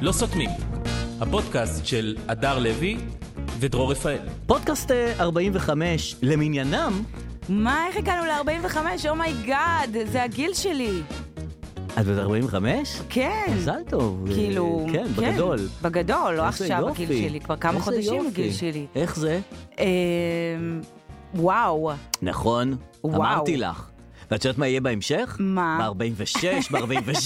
לא סותמים, הפודקאסט של הדר לוי ודרור רפאל. פודקאסט אה, 45 למניינם, מה, איך הגענו ל-45? אומייגאד, זה הגיל שלי. את בת 45? כן. מזל טוב. אה, כאילו, כן, בגדול. בגדול, לא איזה עכשיו יופי. הגיל שלי, כבר כמה איזה חודשים יופי. הגיל שלי. איך זה? אמ, וואו, נכון, וואו. אמרתי לך. ואת יודעת מה יהיה בהמשך? מה? ב-46, ב-47.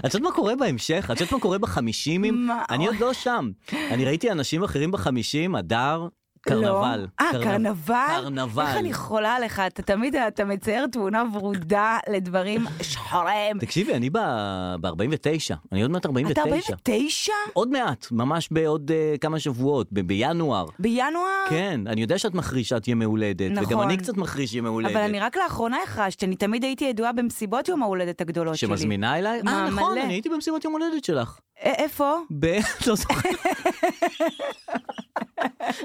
את יודעת מה קורה בהמשך? את יודעת מה קורה בחמישימים? מה? אני עוד לא שם. אני ראיתי אנשים אחרים בחמישים, הדר, קרנבל. לא. אה, קרנב- קרנבל? קרנבל. איך אני חולה עליך, אתה תמיד, אתה מצייר תמונה ורודה לדברים שחורים. תקשיבי, אני ב-49, אני עוד מעט 49. אתה 49? עוד מעט, ממש בעוד uh, כמה שבועות, ב- בינואר. אה. בינואר? כן, אני יודע שאת מחרישת ימי הולדת, וגם נכון. אני קצת מחריש ימי הולדת. אבל אני רק לאחרונה החרשתי, אני תמיד הייתי ידועה במסיבות יום ההולדת הגדולות שלי. שמזמינה אליי? אה, מה, נכון, מלא. אני הייתי במסיבת יום הולדת שלך. א- איפה? ב... לא זוכר.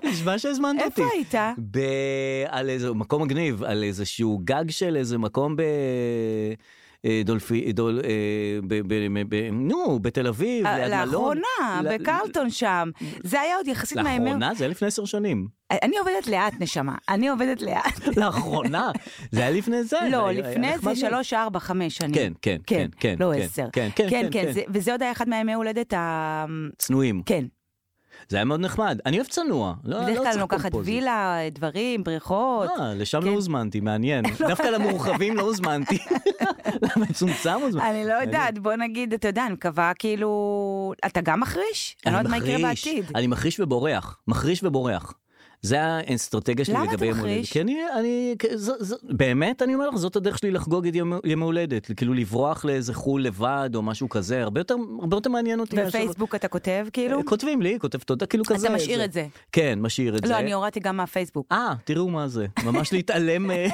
נשמע שהזמנת אותי. איפה היית? ב... על איזה מקום מגניב, על איזשהו גג של איזה מקום ב... אה, דולפי... דול... אה, ב... ב... ב... ב... נו, בתל אביב, אה, ליד מלון. לאחרונה, ל- בקרלטון שם. זה היה עוד יחסית מהימים. לאחרונה? זה היה לפני עשר שנים. אני עובדת לאט, נשמה. אני עובדת לאט. לאחרונה? זה היה לפני זה. לא, אה, היה- היה לפני נחמד זה מאוד. שלוש, ארבע, חמש שנים. כן, כן, כן, כן, לא כן, עשר. כן, כן, כן, כן. זה- וזה עוד היה אחד מהימי הולדת ה... צנועים. כן. זה היה מאוד נחמד. אני אוהב צנוע. לא- לא בדרך כלל צריך אני לוקחת פומפוזי. וילה, דברים, בריכות. אה, לשם כן. לא הוזמנתי, מעניין. דווקא למורחבים לא הוזמנתי. למצומצם הוזמנתי. אני לא יודעת, בוא נגיד, אתה יודע, אני מקווה כאילו... אתה גם מחריש? אני לא יודעת מה יקרה מחריש, בעתיד. אני מחריש ובורח. מחריש ובורח. זה האסטרטגיה שלי למה אתה לגבי יום הולדת. מחריש? כי אני, אני, כ- ז, ז, באמת, אני אומר לך, זאת הדרך שלי לחגוג את יום- ימי הולדת. כאילו לברוח לאיזה חו"ל לבד או משהו כזה, הרבה יותר, הרבה יותר מעניין אותי. מאשר- בפייסבוק אתה כותב, כאילו? כותבים לי, כותב תודה, כאילו כזה. אתה משאיר את זה. כן, משאיר את זה. לא, אני הורדתי גם מהפייסבוק. אה, תראו מה זה. ממש להתעלם, אה,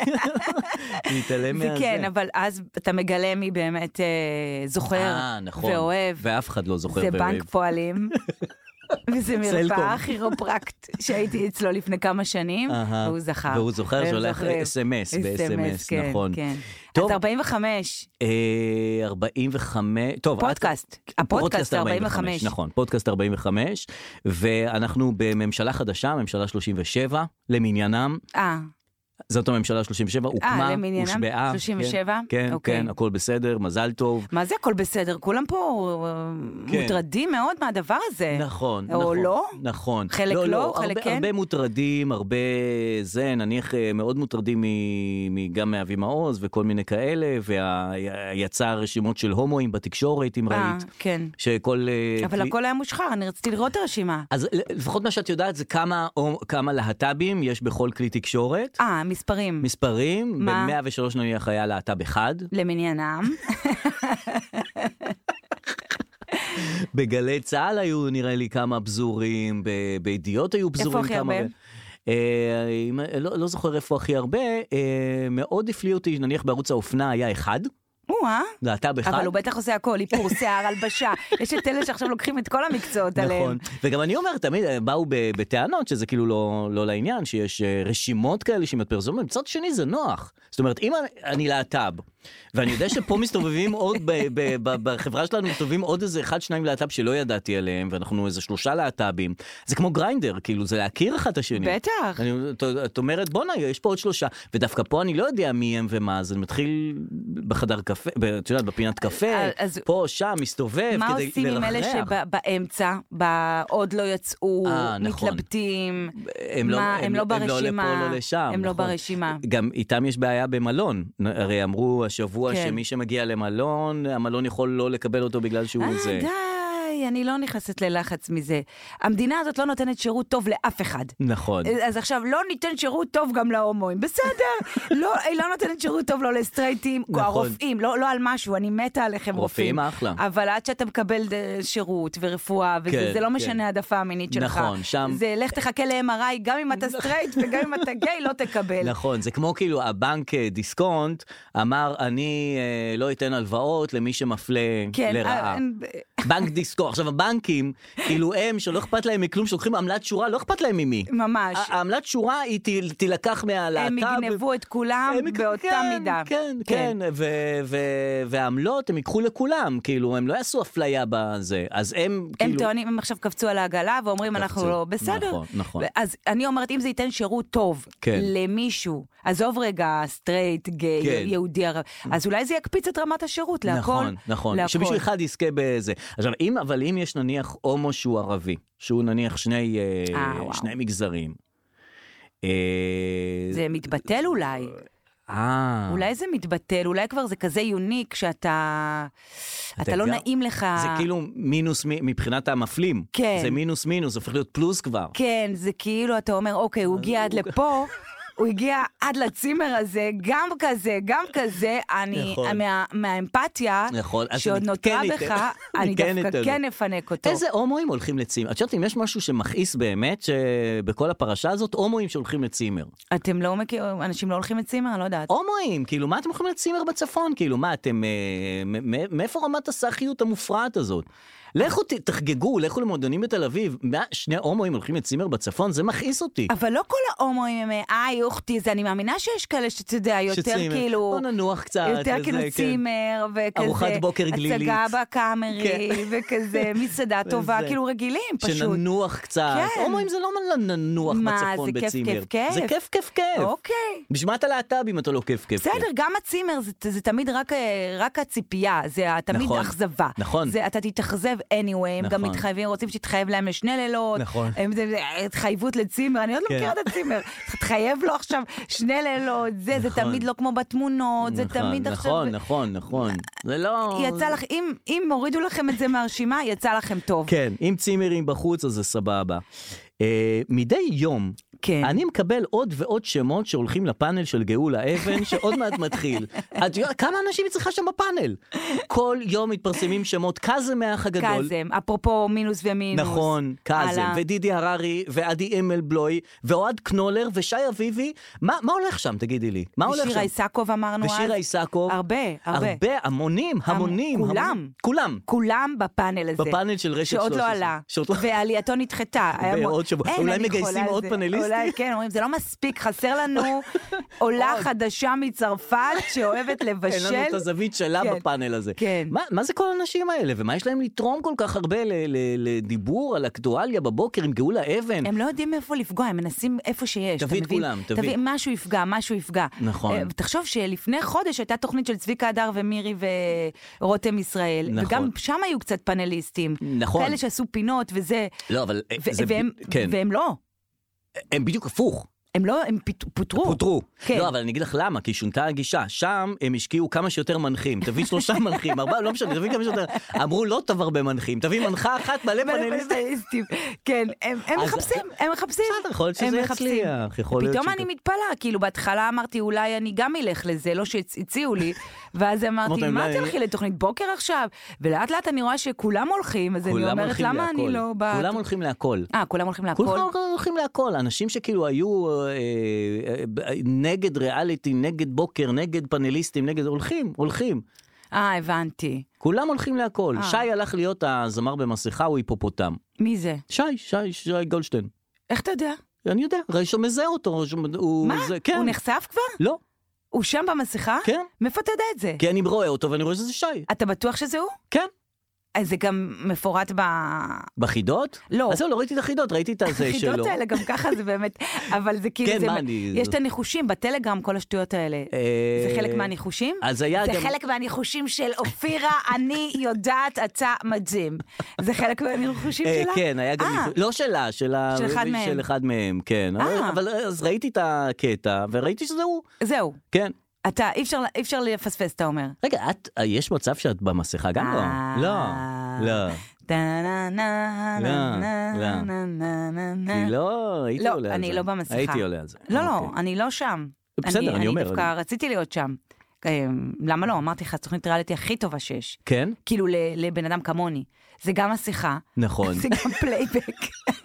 להתעלם זה מהזה. כן, אבל אז אתה מגלה מי באמת אה, זוכר אה, נכון. ואוהב. ואף אחד לא זוכר זה ואוהב. בנק פועלים. וזה סלקום. מרפאה כירופרקט שהייתי אצלו לפני כמה שנים, אהה. והוא זכר. והוא זוכר והם שולח זוכרים. SMS, ב-SMS, כן, נכון. כן. טוב. אז 45, אה, 45, טוב, פודקאסט. את- הפודקאסט 45. נכון, פודקאסט 45, ואנחנו בממשלה חדשה, ממשלה 37, למניינם, אה, זאת הממשלה 37, הוקמה, למניינם? הושבעה. 37? כן, כן, אוקיי. כן, הכל בסדר, מזל טוב. מה זה הכל בסדר? כולם פה אה, כן. מוטרדים מאוד מהדבר הזה. נכון, אה, או נכון. לא? נכון. חלק לא, לא, חלק הרבה, כן? הרבה מוטרדים, הרבה זה, נניח אה, מאוד מוטרדים מ- מ- גם מאבי מעוז וכל מיני כאלה, ויצא רשימות של הומואים בתקשורת, אם אה, ראית. כן. שכל... אה, אבל כלי- הכל היה מושחר, אני רציתי לראות את הרשימה. אז ל- לפחות מה שאת יודעת זה כמה, או, כמה להט"בים יש בכל כלי תקשורת. אה, מספרים. מספרים, מה? ב-103 נניח היה להט"ב אחד, למניינם. בגלי צה"ל היו נראה לי כמה פזורים, ב- בידיעות היו פזורים הכי כמה... הרבה? אה, אם- לא, לא זוכר איפה הכי הרבה, אה, מאוד הפליא אותי, נניח בערוץ האופנה היה אחד, או-אה. להט"ב אחד. אבל הוא בטח עושה הכל, איפור, שיער, הלבשה. יש את אלה שעכשיו לוקחים את כל המקצועות עליהם. נכון, וגם אני אומר, תמיד אה, באו ב- בטענות שזה כאילו לא, לא לעניין, שיש אה, רשימות כאלה שמתפרסמות, מצד שני זה נוח. זאת אומרת, אם אני- אני להט"ב, ואני יודע שפה מסתובבים עוד, ב, ב, ב, בחברה שלנו מסתובבים עוד איזה אחד, שניים להט"ב שלא ידעתי עליהם, ואנחנו איזה שלושה להט"בים, זה כמו גריינדר, כאילו, זה להכיר אחד את השני. בטח. אני, את, את אומרת בואנה יש פה עוד שלושה ודווקא פה אני לא יודע מי הם ומה אז אני מתחיל בחדר קפה, ב- את יודעת בפינת קפה, אז- פה שם מסתובב מה כדי עושים עם אלה לרחח. שבאמצע, עוד לא יצאו, אה, נכון. מתלבטים? הם לא, מה, הם לא ברשימה, לא לפה, לא לשם. הם לא נכון. ברשימה. אה. גם איתם יש בעיה במלון. נ- הרי אמרו השבוע כן. שמי שמגיע למלון, המלון יכול לא לקבל אותו בגלל שהוא אה, זה. די, אני לא נכנסת ללחץ מזה. המדינה הזאת לא נותנת שירות טוב לאף אחד. נכון. אז עכשיו, לא ניתן שירות טוב גם להומואים, בסדר. לא, היא לא נותנת שירות טוב לא לסטרייטים, נכון. או הרופאים, לא, לא על משהו, אני מתה עליכם רופאים רופאים. אחלה. אבל עד שאתה מקבל אה, שירות ורפואה, וזה כן, זה לא כן. משנה העדפה המינית שלך. נכון, שם- זה לך תחכה ל-MRI, גם אם אתה סטרייט וגם אם אתה גיי, לא תקבל. נכון, זה כמו כאילו הבנק אה, דיסקונט אמר, אני אה, לא אתן הלוואות למי שמפלה כן, לרעה. אה, בנק דיסקו. עכשיו, הבנקים, כאילו הם, שלא אכפת להם מכלום, שלוקחים עמלת שורה, לא אכפת להם ממי. ממש. ה- העמלת שורה היא תיל- תילקח מהלהט"ב. הם יגנבו את כולם הם יק- באותה כן, מידה. כן, כן, ו- ו- והעמלות הם ייקחו לכולם, כאילו, הם לא יעשו אפליה בזה. אז הם, הם כאילו... טוענים, הם עכשיו קפצו על העגלה ואומרים, אנחנו קפצו. לא בסדר. נכון, נכון. אז אני אומרת, אם זה ייתן שירות טוב כן. למישהו, עזוב רגע, סטרייט, גיי, כן. יהודי, ערב, אז אולי זה יקפיץ את רמת השירות להכל. נכון, נכון, להכל. שמישהו אחד יזכה בזה. עכשיו, אם, אבל אם יש נניח הומו שהוא ערבי, שהוא נניח שני, אה, אה, וואו. שני מגזרים. אה, זה מתבטל אולי. אה, אולי זה מתבטל, אולי כבר זה כזה יוניק שאתה... אתה לא גם- נעים לך... זה כאילו מינוס מ- מבחינת המפלים. כן. זה מינוס מינוס, הופך להיות פלוס כבר. כן, זה כאילו, אתה אומר, אוקיי, הוא הגיע עד לפה, הוא הגיע עד לצימר הזה, גם כזה, גם כזה, אני, נכון. מה- מהאמפתיה נכון, אז שעוד אני נותרה כן בך, אתן- אני אני כן דווקא אתן לו. כן אפנק אותו. איזה הומואים הולכים לצימר? את יודעת אם יש משהו שמכעיס באמת, שבכל הפרשה הזאת, הומואים שהולכים לצימר. אתם לא מכירים, אנשים לא הולכים לצימר? אני לא יודעת. הומואים, כאילו, מה אתם הולכים לצימר בצפון? כאילו, מה אתם... אה, מ- מ- מאיפה רמת הסאחיות המופרעת הזאת? לכו ת- תחגגו, לכו למועדונים בתל אביב. מה, שני הומואים הולכים לצימר בצפון? זה מכעיס אותי. אבל לא כל ההומואים הם, איי, אוכתי, זה, אני מאמינה שיש כאלה שאתה יודע, יותר שצימר, כאילו... בוא ננוח קצת. יותר וזה, כאילו כן. צימר, וכזה, ארוחת בוקר גלילית. הצגה בקאמרי, כן. וכזה, מסעדה טובה, וזה. כאילו רגילים פשוט. שננוח קצת. כן. הומואים זה לא מה לנוח מה, בצפון זה כיף, בצימר. כיף, כיף? זה כיף, כיף, כיף. אוקיי. בשביל מה אתה להט"ב אם אתה לא כיף, כיף, כיף? בסדר, גם הצימר זה, זה תמיד רק, אה, רק הציפייה, זה ה- תמיד נכון, אכזבה. נכון. זה, אתה תתאכזב anyway, הם גם נכון. מתחייבים, רוצים שתתחייב להם לשני לילות. נכון. הם, זה, זה התחייבות לצימר, אני עוד לא כן. מכירה את הצימר. תתחייב לו עכשיו שני לילות, זה, זה נכון. תמיד לא כמו בתמונות, זה נכון, תמיד עכשיו... נכון, נכון, נכון. זה לא... יצא לך, אם, אם הורידו לכם את זה מהרשימה, יצא לכם טוב. כן, עם צימרים בחוץ, אז זה סבבה. אה, מדי יום, כן. אני מקבל עוד ועוד שמות שהולכים לפאנל של גאולה אבן, שעוד מעט מתחיל. את יודעת, כמה אנשים היא צריכה שם בפאנל? כל יום מתפרסמים שמות, קאזם מהאח הגדול. קאזם, אפרופו מינוס ומינוס. נכון, קאזם, הלאה. ודידי הררי, ועדי אמלבלוי, ואוהד קנולר, ושי אביבי. מה מה הולך שם, תגידי לי? מה הולך ושירה שם? איסקוב אמרנו אז. ושירה איסקוב. הרבה, הרבה. הרבה, המונים, המונים. כולם. המונים. כולם. כולם בפאנל הזה. בפאנל של רשת שעוד לא 13. עלה, שעוד לא- ועלייתו נדחתה. היה בעוד מאוד- שבוע. אין, אולי אני מגייסים חולה על עוד זה. פאנליסטים? אולי כן, אומרים, זה לא מספיק, חסר לנו עולה עוד. חדשה מצרפת שאוהבת לבשל. אין לנו את הזווית שלה כן. בפאנל הזה. כן. מה, מה זה כל האנשים האלה? ומה יש להם לתרום כל כך הרבה ל, ל, לדיבור על אקטואליה בבוקר עם גאולה אבן? הם לא יודעים איפה לפגוע, הם מנסים איפה שיש. תביא אתה את מבין? כולם, תביא. משהו יפגע, משהו יפגע. נכון. אה, תחשוב שלפני חודש הייתה תוכנית של צביקה הדר ומירי ורותם ישראל, נכון. וגם שם היו קצת פאנליסטים. נכון. כאלה שעשו פינות וזה, לא, אבל אה, ו- זה... והם, כן. והם לא. הם בדיוק הפוך. הם לא, הם פוט- פוטרו. פוטרו. כן. לא, אבל אני אגיד לך למה, כי שונתה הגישה. שם הם השקיעו כמה שיותר מנחים. תביא שלושה מנחים, ארבעה, לא משנה, תביא כמה שיותר. אמרו, לא תביא הרבה מנחים, תביא מנחה אחת מלא פאנליסטים. פאנליסטים. כן, הם הם אז- מחפשים, הם מחפשים. בסדר, יכול להיות הם שזה מחפשים. יצליח, יכול להיות פתאום שזה- אני מתפלאה, כאילו בהתחלה אמרתי, אולי אני גם אלך לזה, לא שהציעו לי, ואז אמרת אמרתי, להם, מה "לא, תלכי לתוכנית בוקר עכשיו? ולאט לאט אני רואה שכולם הולכים, אז אני כולם אומרת, הולכים למה אני להכל. לא ב... כולם הולכים להכל. אה, כולם הולכים להכל? כולם הולכים להכל, אנשים שכאילו היו אה, אה, אה, נגד ריאליטי, נגד בוקר, נגד פאנליסטים, נגד, הולכים, הולכים. אה, הבנתי. כולם הולכים להכל. אה. שי הלך להיות הזמר במסכה, הוא היפופוטם. מי זה? שי, שי, שי גולדשטיין. איך אתה יודע? אני יודע, ראי שמזהה אותו, שהוא- הוא... מה? זה- כן. הוא נחשף כבר? לא, הוא שם במסכה? כן. מאיפה אתה יודע את זה? כי אני רואה אותו ואני רואה שזה שי. אתה בטוח שזה הוא? כן. אז זה גם מפורט ב... בחידות? לא. אז זהו, לא ראיתי את החידות, ראיתי את הזה שלו. החידות האלה גם ככה זה באמת, אבל זה כאילו, כן, זה, מה אני- יש את הניחושים בטלגרם, כל השטויות האלה. אה, זה חלק מהניחושים? אז היה זה גם- חלק מהניחושים של אופירה, אני יודעת, אתה מדהים. זה חלק מהניחושים אה, שלה? כן, היה גם... אה, ניחוש- לא שלה, של ה- של אחד מהם. של אחד מהם, כן. אה. אבל- אבל אז ראיתי את הקטע, וראיתי שזה הוא, זהו. כן. אתה, אי אפשר- אי אפשר לפספס, אתה אומר. רגע, את, אה, יש מצב שאת במסכה גם לא? אה. לא, לא. לא, לא. כי לא, לא, הייתי עולה לא, על זה. אני לא במסכה. הייתי עולה על זה. לא, לא, אוקיי. אני לא שם. בסדר, אני אומר, אני דווקא רציתי להיות שם. אה, למה לא? אמרתי לך, תוכנית ריאליטי הכי טובה שיש. כן? כאילו ל- לבן אדם כמוני. זה גם השיחה, נכון. זה גם פלייבק.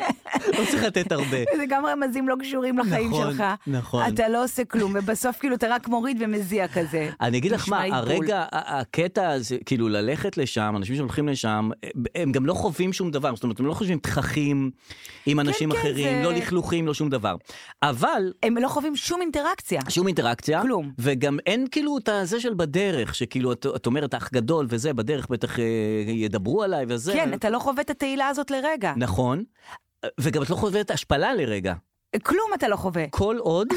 לא צריך לתת הרבה. זה גם רמזים לא קשורים לחיים נכון, שלך. נכון. אתה לא עושה כלום, ובסוף כאילו אתה רק מוריד ומזיע כזה. אני אגיד לך נשמע מה, עיפול. הרגע, ה- הקטע הזה, כאילו ללכת לשם, אנשים שהולכים לשם, הם גם לא חווים שום דבר, זאת אומרת, הם לא חושבים תככים עם אנשים כן, אחרים, זה- לא לכלוכים, לא שום דבר. אבל הם לא חווים שום אינטראקציה. שום אינטראקציה. כלום. וגם אין כאילו את הזה של בדרך, שכאילו את, את אומרת אח גדול וזה, בדרך בטח אה, ידברו עליי וזה. כן, אתה לא חווה את התהילה הזאת לרגע. נכון. וגם את לא חווית השפלה לרגע. כלום אתה לא חווה. כל עוד,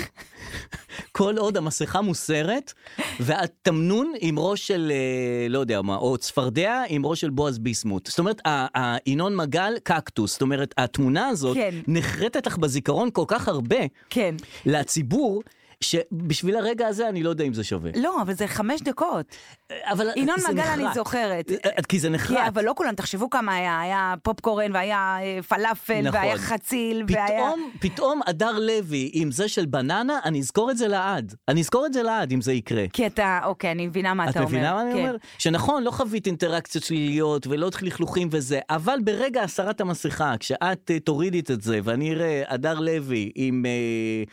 כל עוד המסכה מוסרת, והתמנון עם ראש של, אה, לא יודע מה, או צפרדע עם ראש של בועז ביסמוט. זאת אומרת, ה- ה- ינון מגל קקטוס. זאת אומרת, התמונה הזאת כן. נחרטת לך בזיכרון כל כך הרבה כן. לציבור. שבשביל הרגע הזה אני לא יודע אם זה שווה. לא, אבל זה חמש דקות. אבל ינון זה מגל אני נחרט. זוכרת. אה, כי זה נחרט. כן, אבל לא כולם, תחשבו כמה היה, היה פופקורן, והיה אה, פלאפל, נכון. והיה חציל, והיה... פתאום, פתאום הדר לוי עם זה של בננה, אני אזכור את זה לעד. אני אזכור את זה לעד אם זה יקרה. כי אתה, אוקיי, אני מבינה מה את אתה אומר. מבינה מה אני כן. אומר? שנכון, לא חווית אינטראקציות שליליות ולא לכלוכים וזה, אבל ברגע הסרת המסכה, כשאת אה, תורידי את זה ואני אראה הדר לוי עם אה,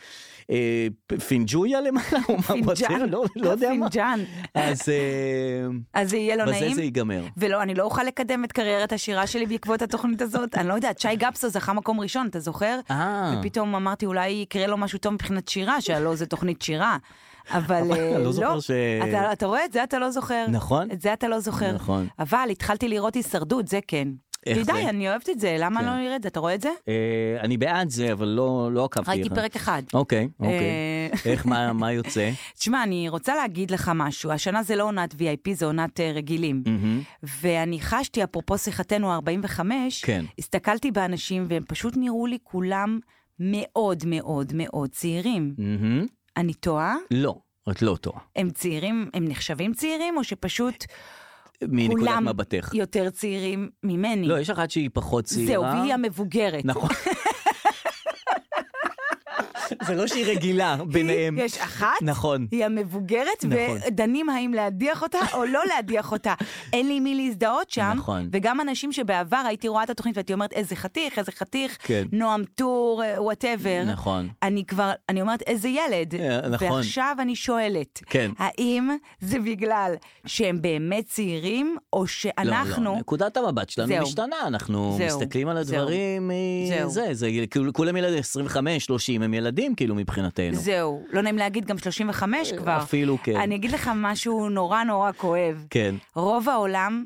אה, פ- פינג'ויה למעלה, או מה הוא פינג'אן. עושה? לא- לא יודע מה. פינג'אן. אז אה, אז זה יהיה לא בזה נעים. זה ייגמר. ולא, אני לא אוכל לקדם את קריירת השירה שלי בעקבות התוכנית הזאת. אני לא יודעת, שי גפסו זכה מקום ראשון, אתה זוכר? אה. ופתאום אמרתי, אולי יקרה לו משהו טוב מבחינת שירה, שהלא זה תוכנית שירה. אבל אבל אה, אני לא זוכר לא. ש- אתה- אתה רואה? את זה אתה לא זוכר. נכון. את זה אתה לא זוכר. נכון. אבל התחלתי לראות הישרדות, זה כן. איך די, זה? כן. אני אוהבת את זה, למה לא נראה את זה? אתה רואה את זה? אה, אני בעד זה, אבל לא לא עקבתי. ראיתי אחר- פרק אחד. אוקיי, אוקיי. אה, איך, מה מה יוצא? תשמע, אני רוצה להגיד לך משהו. השנה זה לא עונת VIP, זה עונת אה, רגילים. מהמם. ואני חשתי, אפרופו שיחתנו ה-45, כן. הסתכלתי באנשים והם פשוט נראו לי כולם מאוד מאוד מאוד צעירים. מהמם. אני טועה? לא, את לא טועה. הם צעירים, הם נחשבים צעירים, או שפשוט מנקודת כולם מבטך. יותר צעירים ממני? לא, יש אחת שהיא פחות צעירה. זהו, והיא המבוגרת. נכון. זה לא שהיא רגילה ביניהם. יש אחת, נכון. היא המבוגרת, נכון. ודנים האם להדיח אותה או לא להדיח אותה. אין לי מי להזדהות שם, נכון. וגם אנשים שבעבר הייתי רואה את התוכנית והייתי אומרת, איזה חתיך, איזה חתיך, כן. נועם טור, אה, וואטאבר. נכון. אני כבר, אני אומרת, איזה ילד. אה, נכון. ועכשיו אני שואלת, כן. האם זה בגלל שהם באמת צעירים, או שאנחנו... לא, לא, נקודת המבט שלנו זהו. משתנה, אנחנו זהו. מסתכלים על זהו. הדברים זהו. מזה, זה כאילו, כולם ילדים 25, 30, הם ילדים כאילו מבחינתנו. זהו, לא נעים להגיד, גם 35 כבר. אפילו כן. אני אגיד לך משהו נורא נורא כואב. כן. רוב העולם...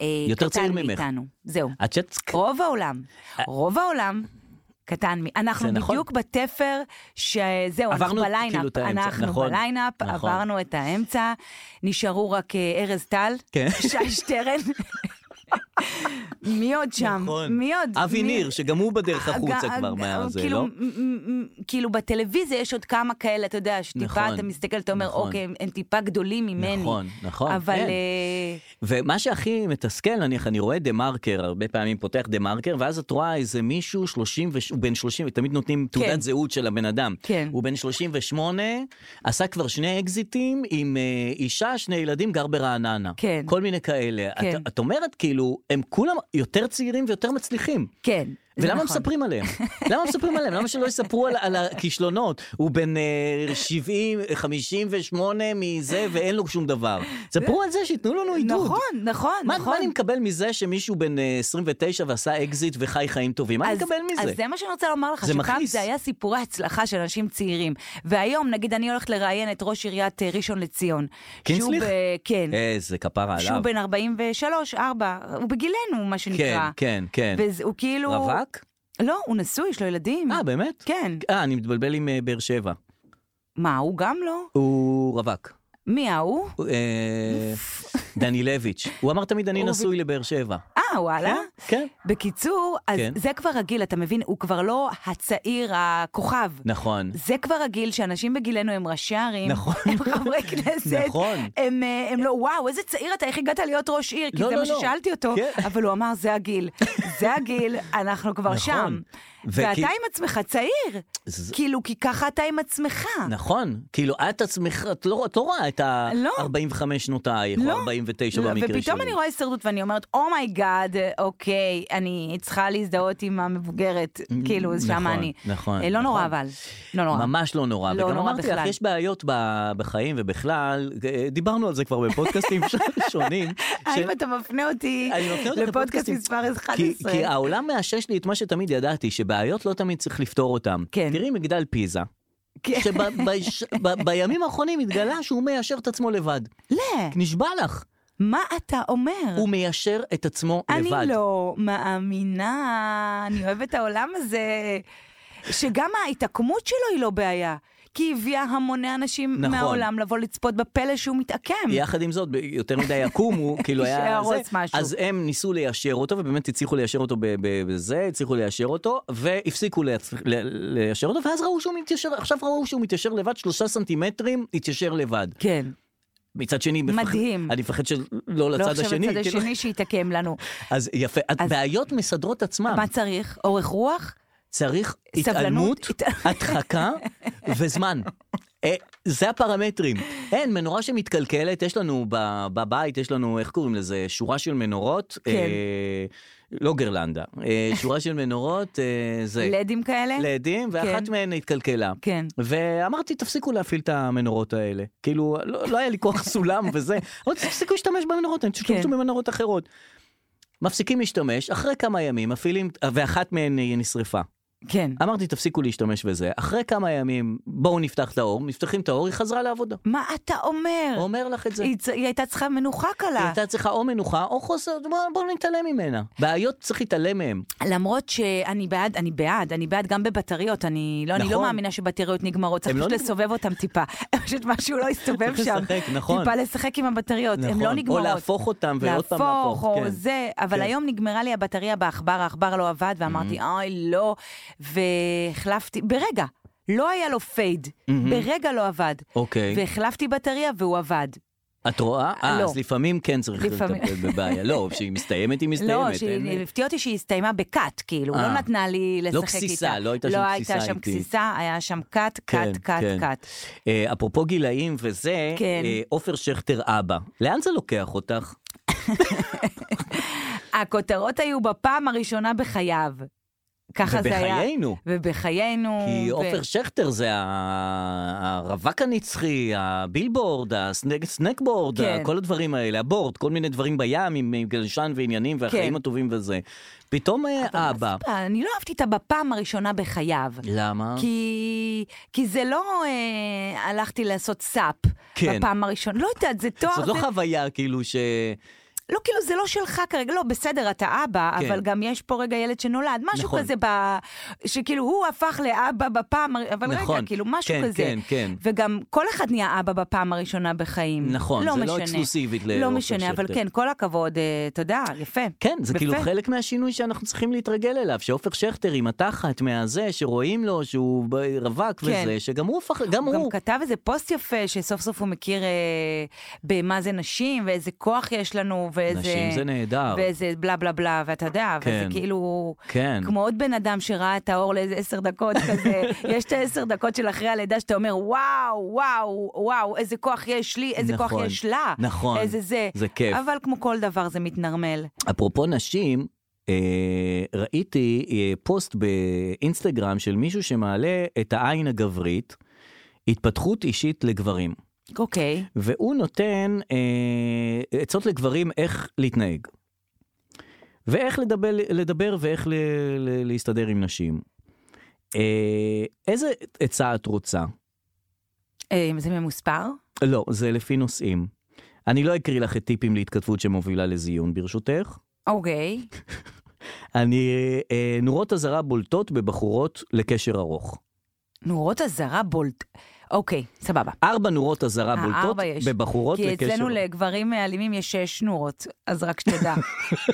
אה, יותר קטן צעיר ממך. מאיתנו. זהו. את שאת... רוב העולם. רוב העולם. קטן, מ- אנחנו אה. זה נכון. בדיוק בתפר שזהו, אנחנו עברנו כאילו בליינאפ, את האמצע, אנחנו נכון, בליינאפ, נכון. עברנו את האמצע, נשארו רק אה, ארז טל, כן. שי שטרן, מי עוד שם? נכון. מי עוד? אבי מי- אה, ניר, שגם הוא בדרך החוצה אג- כבר אג- מהזה, כאילו, לא? מ- מ- מ- כאילו בטלוויזיה יש עוד כמה כאלה, אתה יודע, שטיפה נכון, אתה מסתכל, אתה אומר, נכון. אוקיי, הם, הם טיפה גדולים ממני. נכון, נכון, אבל אין. אה, ומה שהכי מתסכל, נניח, אני רואה דה מרקר, הרבה פעמים פותח דה מרקר, ואז את רואה איזה מישהו, 30, וש- הוא בן 30, תמיד נותנים תעודת כן. זהות של הבן אדם. כן. הוא בן 38, עשה כבר שני אקזיטים עם אה, אישה, שני ילדים, גר ברעננה. כן. כל מיני כאלה. כן. את, את אומרת, כאילו, הם כולם יותר צעירים ויותר מצליחים. כן. זה ולמה נכון. מספרים עליהם? למה מספרים עליהם? למה שלא יספרו על, על הכישלונות? הוא בן אה, 70, 58 מזה, ואין לו שום דבר. ספרו על זה, שייתנו לנו עידוד. נכון, נכון, מה, נכון. מה אני מקבל מזה שמישהו בן אה, 29 ועשה אקזיט וחי חיים טובים? מה אני מקבל מזה? אז זה מה שאני רוצה לומר לך, זה שפעם מכעיס. זה היה סיפורי הצלחה של אנשים צעירים. והיום, נגיד, אני הולכת לראיין את ראש עיריית אה, ראשון לציון. קינסליך? שהוא ב- כן. איזה כפרה שהוא אה, עליו. בן 43, 4, הוא בגילנו, מה כן, שנקרא. כן, כן. והוא כאילו... רווק? לא, הוא נשוי, יש לו ילדים. אה, באמת? כן. אה, אני מתבלבל עם אה, באר שבע. מה, הוא גם לא? הוא רווק. מי ההוא? הוא, אה, דני לויץ'. הוא אמר תמיד אני הוא נשוי לבאר שבע. אה, וואלה. כן, כן. בקיצור, אז כן. זה כבר רגיל, אתה מבין? הוא כבר לא הצעיר הכוכב. נכון. זה כבר רגיל שאנשים בגילנו הם ראשי ערים, נכון. הם חברי כנסת, נכון. הם, אה, הם לא, וואו, איזה צעיר אתה, איך הגעת להיות ראש עיר? כי לא, זה לא, מה לא. ששאלתי אותו, כן. אבל הוא אמר, זה הגיל, זה הגיל, אנחנו כבר נכון. שם. וכי- ואתה עם עצמך צעיר. זה- כאילו, כי ככה אתה עם עצמך. נכון, כאילו את עצמך, את לא, את לא רואה את לא. ה-45 שנותייך, או 49 לא, במקרה שלי. ופתאום אני רואה הישרדות ואני אומרת, אומייגאד, אוקיי, אני צריכה להזדהות עם המבוגרת, כאילו, נכון, שם אני. נכון, אה, לא נורא, נכון. אבל. לא נורא. ממש לא נורא. לא וגם נורא אמרתי לך, בכלל. יש בעיות ב- בחיים ובכלל, אה, דיברנו על זה כבר בפודקאסטים שונים. של- האם אתה מפנה אותי אני מפנה אותך לפודקאסט לפודקאסטים. מספר כי, 11? כי העולם מאשש לי את מה שתמיד ידעתי, שבעיות לא תמיד צריך לפתור אותן. כן. תראי מגדל פיזה, כן. שבימים האחרונים התגלה שהוא מיישר את עצמו לבד. לא, נשבע לך, מה אתה אומר? הוא מיישר את עצמו אני לבד. לא מאמינה, אני אוהבת את העולם הזה, שגם ההתעקמות שלו היא לא בעיה, כי היא הביאה המוני אנשים נכון. מהעולם לבוא לצפות בפלא שהוא מתעקם. יחד עם זאת, ב- יותר מדי יקומו, כאילו היה... שיהרוס זה. משהו. אז הם ניסו ליישר אותו, ובאמת הצליחו ליישר אותו ב- ב- בזה, הצליחו ליישר אותו, והפסיקו לייצ- ל- ליישר אותו, ואז ראו שהוא מתיישר, עכשיו ראו שהוא מתיישר לבד, שלושה סנטימטרים, התיישר לבד. כן, מצד שני, מפח- מדהים. אני מפחד שלא לא לצד עכשיו השני. הצד כאילו. השני שיתעקם לנו. אז יפה, אז אז- בעיות מסדרות עצמן. מה צריך? אורך רוח? צריך סבלנות, התעלמות, הת- הדחקה וזמן. אה, זה הפרמטרים. אין, מנורה שמתקלקלת, יש לנו ב- בבית, יש לנו, איך קוראים לזה? שורה של מנורות. כן. אה, לא גרלנדה. אה, שורה של מנורות, אה, זה. לדים כאלה? לעדים, ואחת כן. מהן התקלקלה. כן. ואמרתי, תפסיקו להפעיל את המנורות האלה. כאילו, לא, לא היה לי כוח סולם וזה. אמרתי, תפסיקו להשתמש במנורות, אני תשתמשו כן. במנורות אחרות. מפסיקים להשתמש, אחרי כמה ימים מפעילים, ואחת מהן אה, נשרפה. כן. אמרתי, תפסיקו להשתמש בזה. אחרי כמה ימים, בואו נפתח את האור, נפתחים את האור, היא חזרה לעבודה. מה אתה אומר? אומר לך את זה. היא צ- היא הייתה צריכה מנוחה היא קלה. הייתה צריכה או מנוחה או חוסר, בואו בוא נתעלם ממנה. בעיות צריך להתעלם מהן. למרות שאני בעד, אני בעד, אני בעד גם בבטריות, אני לא, אני נכון. לא מאמינה שבטריות נגמרות, צריך הם לא פשוט נגמ- לסובב אותם טיפה. פשוט משהו לא יסתובב צריך שם. לשחק, נכון. טיפה לשחק עם הבטריות, הן נכון. לא נגמרות. או להפוך אותם ועוד פעם להפוך. להפוך, או כן. זה, אבל כן. Mm-hmm. היום נגמרה לי הבטריה בעכבר, העכבר לא עבד, ואמרתי, אוי, לא, והחלפתי, ברגע, לא היה לו פייד, ברגע לא עבד. Mm-hmm. אוקיי. והחלפתי בטריה והוא עבד. את רואה? אה, לא. אז לפעמים כן צריך לפעמים. לטפל בבעיה. לא, כשהיא מסתיימת, היא מסתיימת. לא, אין- שהיא- הפתיע אותי שהיא הסתיימה בקאט, כאילו, אה. לא נתנה לי לשחק איתה. גסיסה, לא הייתה שם לא גסיסה הייתה שם איתי. גסיסה, היה שם קאט, כן, קאט, קאט, כן. קאט. אה, אפרופו גילאים וזה, כן. אה, עופר שכטר אבא, לאן זה לוקח אותך? הכותרות היו בפעם הראשונה בחייו. ככה זה היה. ובחיינו. ובחיינו. כי ו- עופר שכטר זה ה- הרווק הנצחי, הבילבורד, הסנק- הסנקבורד, כן. כל הדברים האלה, הבורד, כל מיני דברים בים עם עם גלשן ועניינים והחיים כן. הטובים וזה. פתאום אה, אבל מה אבא, הסיבה? אני לא אהבתי את הבפעם הראשונה בחייו. למה? כי, כי זה לא אה, הלכתי לעשות סאפ כן. בפעם הראשונה, לא יודעת, זה תואר, זאת לא זה חוויה כאילו ש... לא, כאילו, זה לא שלך כרגע, לא, בסדר, אתה אבא, כן. אבל גם יש פה רגע ילד שנולד, משהו נכון. כזה ב... שכאילו, הוא הפך לאבא בפעם, הר- אבל נכון. רגע, כאילו, משהו כן, כזה. כן, כן. וגם כל אחד נהיה אבא בפעם הראשונה בחיים. נכון, לא זה לא משנה. אקסקלוסיבית לא לאופן משנה, אבל שכטר. כן, כל הכבוד, אה, תודה, יפה. כן, זה יפה. כאילו חלק מהשינוי שאנחנו צריכים להתרגל אליו, שעופר שכטר עם התחת מהזה, שרואים לו שהוא ב- רווק כן. וזה, שגם הוא הפך, גם הוא גם הוא. כתב איזה פוסט יפה, שסוף סוף הוא מכיר אה, במה זה נשים, ואיזה כוח יש לנו, ואיזה... נשים זה נהדר. ואיזה בלה בלה בלה, ואתה יודע, כן. וזה כאילו... כן. כמו עוד בן אדם שראה את האור לאיזה עשר דקות כזה, יש את העשר דקות של אחרי הלידה שאתה אומר, וואו, וואו, וואו, איזה כוח יש לי, איזה נכון, כוח יש לה, נכון. איזה זה. זה כיף. אבל כמו כל דבר זה מתנרמל. אפרופו נשים, אה, ראיתי אה, פוסט באינסטגרם של מישהו שמעלה את העין הגברית, התפתחות אישית לגברים, אוקיי, והוא נותן אה, עצות לגברים איך להתנהג, ואיך לדבר, לדבר ואיך ל, ל, להסתדר עם נשים. אה, איזה עצה את רוצה? אה, זה ממוספר? לא, זה לפי נושאים. אני לא אקריא לך את טיפים להתכתבות שמובילה לזיון ברשותך. אוקיי. אני, אה, נורות אזהרה בולטות בבחורות לקשר ארוך. נורות אזהרה בולט. אוקיי, סבבה. ארבע נורות אזהרה אה, בולטות ארבע יש. בבחורות כי לקשר אצלנו ארוך. לגברים אלימים יש שש נורות, אז רק שתדע.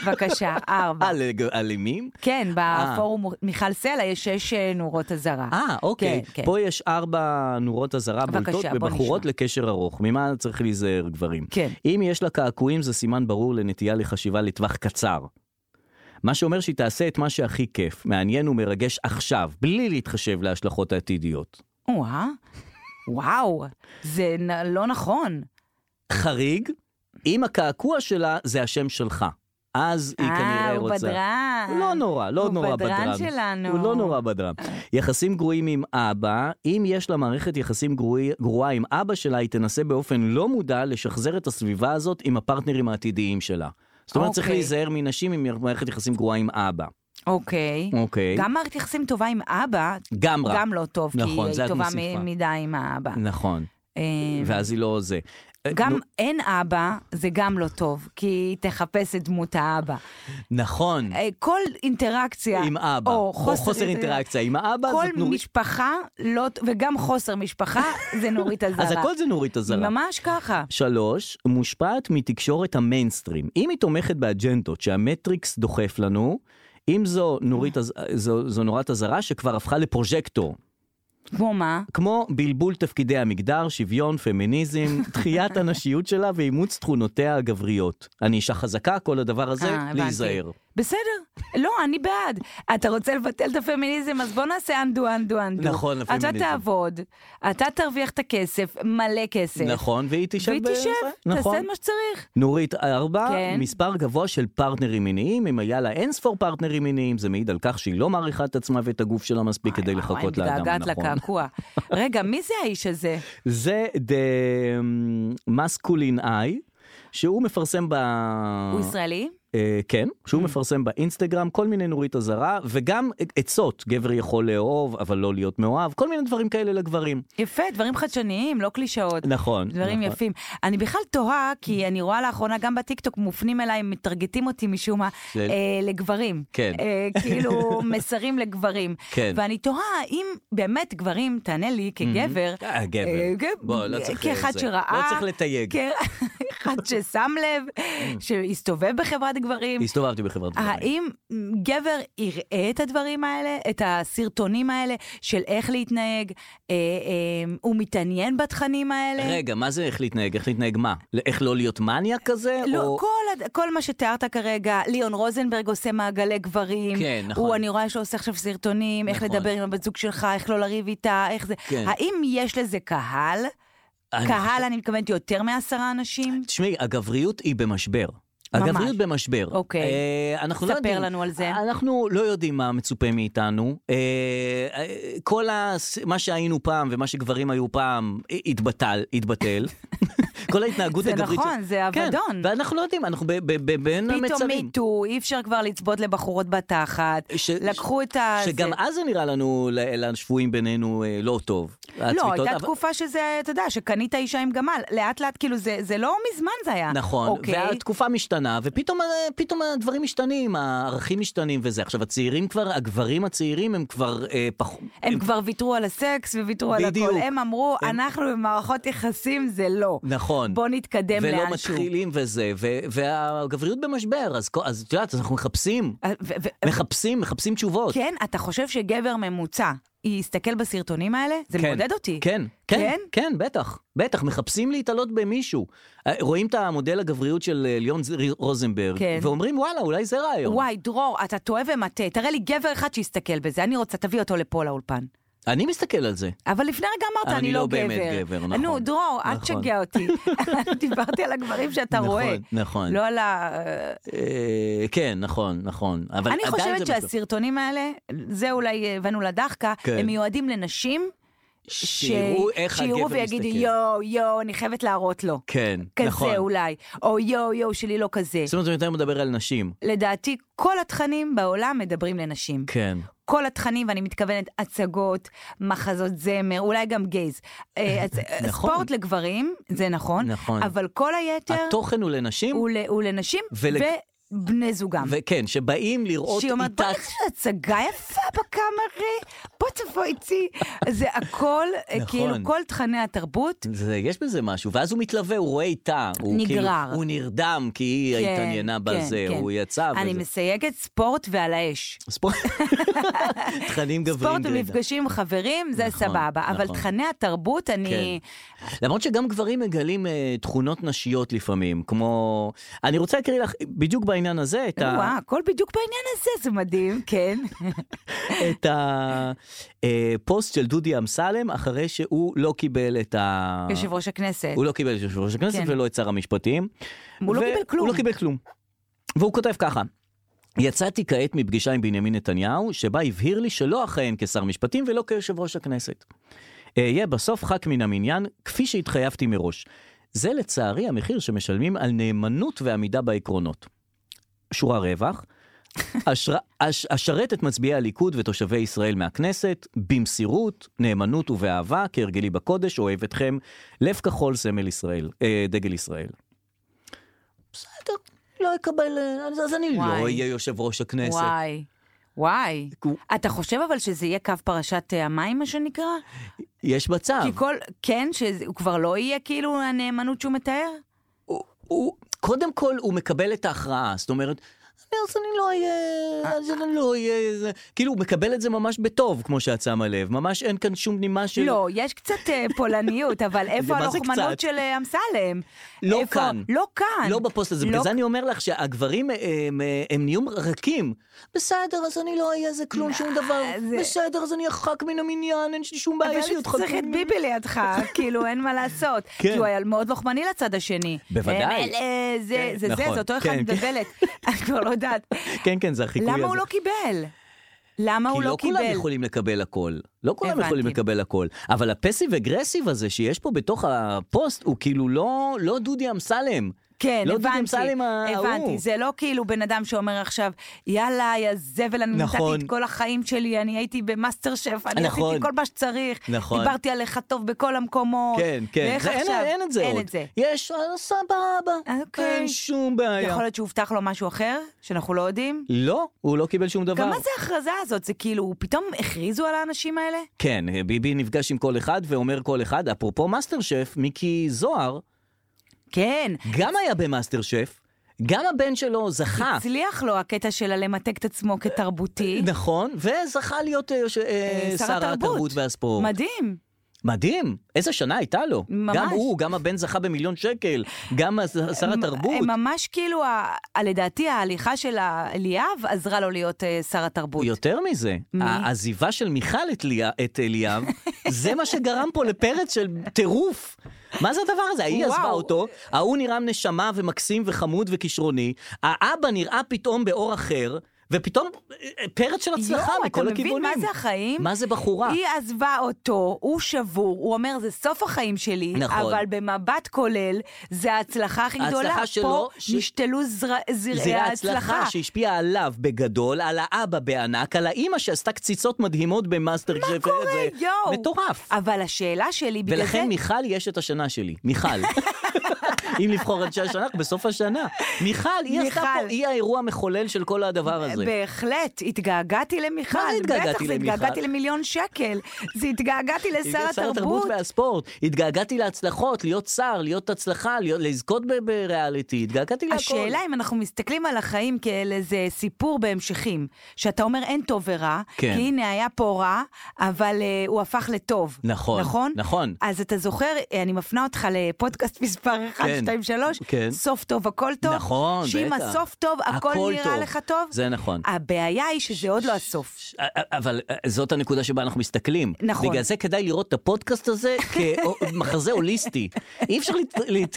בבקשה, ארבע. אה, לג... אלימים? כן, אה. בפורום מיכל סלע יש שש אה, נורות אזהרה. אה, אוקיי. כן, כן. פה יש ארבע נורות אזהרה בבקשה, בולטות בוא בבחורות נשמע. לקשר ארוך. ממה צריך להיזהר, גברים? כן. אם יש לה קעקועים, זה סימן ברור לנטייה לחשיבה לטווח קצר. מה שאומר שהיא תעשה את מה שהכי כיף, מעניין ומרגש עכשיו, בלי להתחשב להשלכות העתידיות. וואה, וואו, זה נ- לא נכון. חריג, אם הקעקוע שלה זה השם שלך, אז היא כנראה רוצה. אה, הוא בדרן. לא נורא, לא הוא נורא בדרן. בדרן שלנו. אה. הוא לא נורא בדרן. יחסים גרועים עם אבא, אם יש לה מערכת יחסים גרועי- גרועה עם אבא שלה, היא תנסה באופן לא מודע לשחזר את הסביבה הזאת עם הפרטנרים העתידיים שלה. זאת אומרת, צריך אוקיי. להיזהר מנשים עם מערכת יחסים גרועה עם אבה. אוקיי. אוקיי. גם מערכת יחסים טובה עם אבא, גם רע. גם לא טוב, כי נכון, זה היא את טובה מוסיפה. מ- מדי עם האבא. נכון. אה, ואז היא לא זה. אה, גם נו, אין אבא, זה גם לא טוב, כי היא תחפש את דמות האבא. נכון. אה, כל אינטראקציה, עם אבא. או חוסר אינטראקציה. עם אבא כל זאת נורית. משפחה, לא, וגם חוסר משפחה, זה נורית אזהרה. אז הכל זה נורית אזהרה. ממש ככה. שלוש, מושפעת מתקשורת המיינסטרים. אם היא תומכת באג'נדות שהמטריקס דוחף לנו, אם זו, נורית, הז- זו, זו נורת אזהרה שכבר הפכה לפרוז'קטור. כמו מה? כמו בלבול תפקידי המגדר, שוויון, פמיניזם, דחיית הנשיות שלה ואימוץ תכונותיה הגבריות. אני אישה חזקה, כל הדבר הזה, אה, הבנתי. להיזהר. בסדר, לא, אני בעד. אתה רוצה לבטל את הפמיניזם, אז בוא נעשה אנדו, אנדו, אנדו. נכון, אתה הפמיניזם. תעבוד, אתה תרוויח את הכסף, מלא כסף. נכון, והיא תשב. והיא ב- תשב, נכון. תעשה את מה שצריך. נורית ארבע, כן. כן. מספר גבוה של פרטנרים מיניים, אם היה לה אינספור פרטנרים מיניים, זה מעיד על כך שהיא לא מעריכה את עצמה ואת הגוף שלה מספיק כדי וואי, וואי, לחכות לאדם נכון. מתגעגעת הנכון. לקעקוע. רגע, מי זה האיש הזה? זה The um, Masculine Eye, שהוא מפרסם ב... הוא ישראלי? Mm. אה, כן, שהוא מפרסם באינסטגרם כל מיני נורית אזהרה, וגם עצות, גבר יכול לאהוב, אבל לא להיות מאוהב, כל מיני דברים כאלה לגברים. יפה, דברים חדשניים, לא קלישאות. נכון. דברים נכון. יפים. אני בכלל תוהה, כי אני רואה לאחרונה גם בטיקטוק מופנים אליי, מטרגטים אותי משום מה, של- אה, לגברים. כן. אה, כאילו, מסרים לגברים. כן. ואני תוהה אם באמת גברים, תענה לי, כגבר, אה, גבר. אה, גב- בוא, לא צריך כאחד זה. שראה, כן. לא צריך לתייג. Mm. כאחד ששם לב, שהסתובב בחברת גברים, הסתובבתי בחברת גברים. האם גבר יראה את הדברים האלה, את הסרטונים האלה של איך להתנהג, אה, אה, הוא מתעניין בתכנים האלה? רגע, מה זה איך להתנהג? איך להתנהג מה? איך לא להיות מניאק כזה? לא, או... כל, הד- כל מה שתיארת כרגע, ליאון רוזנברג עושה מעגלי גברים. כן, נכון. הוא, אני רואה שהוא עושה עכשיו סרטונים, איך נכון. לדבר עם הבת זוג שלך, איך לא לריב איתה, איך זה. כן. האם יש לזה קהל? אני קהל, אני מתכוונת יותר מעשרה אנשים? תשמעי, הגבריות היא במשבר. ממש. הגבריות במשבר. אוקיי. אה, אנחנו לא ספר יודעים, לנו על זה. אנחנו לא יודעים מה מצופה מאיתנו. אה, אה, כל הס... מה שהיינו פעם ומה שגברים היו פעם אה, התבטל, התבטל. כל ההתנהגות זה הגברית... נכון, זה כן, אבדון. ואנחנו לא יודעים, אנחנו ב- ב- ב- בין פתאום המצרים. מיטו, אי אפשר כבר לצפות לבחורות בתחת. ש- לקחו את ה... זה- שגם אז זה נראה לנו, ל- לשפויים בינינו, אה, לא טוב. לא, הצביטות, הייתה אבל- תקופה שזה, אתה יודע, שקנית אישה עם גמל. לאט לאט, כאילו, זה- זה לא מזמן זה היה. נכון, אוקיי. והתקופה משתנה, ופתאום אה, פתאום הדברים משתנים, הערכים משתנים וזה. עכשיו, הצעירים כבר, הגברים הצעירים הם כבר אה, פחות... הם כבר ויתרו על הסקס וויתרו על בדיוק. הכל. הם אמרו, הם- אנחנו במערכות יחסים זה לא. נכון. בוא נתקדם ולא לאנשהו. מתחילים וזה, ו- והגבריות במשבר, אז כל- אז את יודעת, אז אנחנו מחפשים, אה, ו- ו- מחפשים, מחפשים תשובות. כן, אתה חושב שגבר ממוצע יסתכל בסרטונים האלה? זה כן, מעודד אותי. כן, כן, כן? כן, בטח, בטח, מחפשים להתעלות במישהו. אה, רואים את המודל הגבריות של אה, ליאון ז- רוזנברג, כן. ואומרים, וואלה, אולי זה רעיון. וואי, דרור, אתה טועה ומטעה. תראה לי גבר אחד שיסתכל בזה. אני רוצה, תביא אותו לפה לאולפן. אני מסתכל על זה. אבל לפני רגע אני אמרת, אני, לא לא גבר. באמת גבר, נכון. נו, דרור, אל נכון. תשגע אותי. דיברתי על הגברים שאתה נכון, רואה. נכון. לא על ה... אה, כן, נכון, נכון. אבל אני עדיין זה חושבת בסוף. שהסרטונים האלה, זה אולי אה, הבנו לדחקה, כן. הם מיועדים לנשים ש- שיראו איך הגבר שיראו ויגידו, מסתכל. יואו, יואו, אני חייבת להראות לו. כן, נכון. כזה אולי. או יואו, יואו, שלי לא כזה. זאת אומרת, הוא יותר מדבר על נשים. לדעתי, כל התכנים בעולם מדברים לנשים. כן. כל התכנים, ואני מתכוונת הצגות, מחזות זמר, אולי גם גייז. אה, הצ- אה, נכון. ספורט לגברים, זה נכון, נכון. אבל כל היתר התוכן הוא לנשים, הוא ל- הוא לנשים ול- ובני זוגם. וכן, שבאים לראות שהיא אומרת, איתה... בוא נעשה הצגה יפה בקאמרי, בוא תבוא איתי. זה הכל, אה, נכון. כאילו, כל תכני התרבות, זה, יש בזה משהו, ואז הוא מתלווה, הוא רואה איתה. הוא נגרר. כאילו, הוא נרדם כי היא כן, התעניינה כן, בזה, כן. הוא יצא. אני וזה. מסייגת ספורט ועל האש. ספורט... תכנים גבריים ספורט גרידא. ומפגשים עם חברים, זה נכון, סבבה, אבל נכון. כן. תכני התרבות, אני... למרות שגם גברים מגלים אה, תכונות נשיות לפעמים, כמו... אני רוצה להקריא לך, בדיוק באינ- בעניין הזה את ה... וואה, הכל בדיוק בעניין הזה, זה מדהים, כן. אה. את הפוסט של דודי אמסלם אחרי שהוא לא קיבל את ה... יושב ראש הכנסת. הוא לא קיבל את יושב ראש הכנסת כן. ולא את שר המשפטים. הוא לא ו- קיבל כלום. הוא לא קיבל כלום. והוא כותב ככה: יצאתי כעת מפגישה עם בנימין נתניהו, שבה הבהיר לי שלא אכהן כשר משפטים ולא כיושב ראש הכנסת. אהיה בסוף ח"כ מן המניין, כפי שהתחייבתי מראש. זה לצערי המחיר שמשלמים על נאמנות ועמידה בעקרונות. שורה רווח, אשר... אש... אשרת את מצביעי הליכוד ותושבי ישראל מהכנסת, במסירות, נאמנות ובאהבה, כהרגלי בקודש, אוהב אתכם, לב כחול סמל ישראל, אה, דגל ישראל. בסדר, לא אקבל, אה, אז, אז אני וואי. לא אהיה יושב ראש הכנסת. וואי. וואי. הוא- אתה חושב אבל שזה יהיה קו פרשת אה, המים, מה שנקרא? יש מצב. כי כל, כן, שהוא כבר לא יהיה כאילו הנאמנות שהוא מתאר? הוא, הוא, קודם כל הוא מקבל את ההכרעה, זאת אומרת, "אני- אז אני לא אהיה, אז אני לא אהיה, זה- כאילו הוא מקבל את זה ממש בטוב, כמו שאת שמה לב, ממש אין כאן שום נימה של... לא, יש קצת אה, פולניות, אבל איפה מה כאילו- זה הלוחמנות קצת? של אה, אמסלם? לא איפה- כאן. לא כאן. לא בפוסט הזה, לא בגלל זה אני אומר לך שהגברים אה, הם, אה, הם נהיו רכים. בסדר, אז אני לא אהיה זה כלום, שום דבר. אה, זה- בסדר, אז אני אח"כ מן המניין, אין לי שום בעיה להיות ח"כ. אבל צריך את ביבי לידך, כאילו אין מה לעשות. כי הוא היה מאוד לוחמני לצד השני. בוודאי. הם אלה, זה זה, זה, נכון, זה אותו אחד כן, כן. מבלבלת. אני כבר לא יודעת. כן, כן, זה החיקוי הזה. למה הוא לא קיבל? למה הוא כי לא לא כולם קיבל? יכולים לקבל הכל. לא כולם הבנתי. יכולים לקבל הכל. אבל הפסיב אגרסיב הזה שיש פה בתוך הפוסט, הוא כאילו לא, לא דודי אמסלם. כן, לא דודי הבנתי, אמסלם ההוא. הבנתי, זה לא כאילו בן אדם שאומר עכשיו, יאללה, יא זבל, אני נכון. נתתי את כל החיים שלי, אני הייתי במאסטר שף, אני נכון. עשיתי כל מה שצריך, נכון. דיברתי עליך טוב בכל המקומות, כן, כן. ואיך זה- אין, עכשיו, אין את זה עוד. אין את זה. יש, אה, סבבה. אוקיי. אין שום בעיה. יכול להיות שהובטח לו משהו אחר, שאנחנו לא יודעים? לא, הוא לא קיבל שום דבר. גם מה זה ההכרזה הזאת? זה כאילו, פתאום הכריזו על האנשים האלה? כן, ביבי נפגש עם כל אחד ואומר כל אחד, אפרופו מאסטר שף, מיקי זוהר כן. גם היה במאסטר שף, גם הבן שלו זכה, הצליח לו הקטע שלה למתג את עצמו כתרבותי. אה. נכון, וזכה להיות אה, יוש- אה, אה, שר שר התרבות. התרבות והספורט. מדהים. מדהים, איזה שנה הייתה לו. ממש. גם הוא, גם הבן זכה במיליון שקל, גם הס- שר התרבות. הם ממש כאילו, ה- ה- לדעתי ההליכה של ה- ליאב עזרה לו להיות אה, שר התרבות. יותר מזה, מי? העזיבה של מיכל את ליה- את אליאב, זה מה שגרם פה לפרץ של טירוף. מה זה הדבר הזה? ההיא וואו. עזבה אותו, ההוא נראה נשמה ומקסים וחמוד וכישרוני, האבא נראה פתאום באור אחר, ופתאום אה, פרץ של הצלחה יואו, מכל הכיוונים. אתה מבין מה זה החיים? מה זה בחורה? היא עזבה אותו, הוא שבור, הוא אומר זה סוף החיים שלי, נכון. אבל במבט כולל זה ההצלחה הכי ההצלחה גדולה. פה שלו, ש- נשתלו זר- זרעי זה ההצלחה. ההצלחה שהשפיעה עליו בגדול, על האבא בענק, על האימא שעשתה קציצות מדהימות במאסטר מה קורה, יואו. מטורף. אבל השאלה שלי, בגלל זה... ולכן מיכל יש את השנה שלי, מיכל. אם לבחור אנשי השנה, אנחנו בסוף השנה. מיכל, היא עשתה מיכל. פה, היא האירוע המחולל של כל הדבר הזה. בהחלט, התגעגעתי למיכל. מה זה התגעגעתי בטח, זה למיכל? התגעגעתי למיליון שקל. זה התגעגעתי היא לשר שר התרבות. והספורט, התגעגעתי להצלחות, להיות שר, להיות הצלחה, להיות- לזכות ב- בריאליטי, התגעגעתי להכל. השאלה אם אנחנו מסתכלים על החיים כאל איזה סיפור בהמשכים, שאתה אומר אין טוב ורע, כן. כי הנה היה פה רע, אבל אה, הוא הפך לטוב. נכון, נכון? נכון. אז אתה זוכר, אה, אני מפנה אותך לפודקאסט מספר 1, כן, 2, 3, כן. סוף טוב הכל טוב. נכון, שאם בטח. הסוף טוב, הכל הכל נראה טוב. לך טוב. זה נכון. הבעיה היא שזה עוד לא הסוף. אבל אה, זאת הנקודה שבה אנחנו מסתכלים. נכון. בגלל זה כדאי לראות את הפודקאסט הזה כמחזה הוליסטי. אי אפשר לת- לת...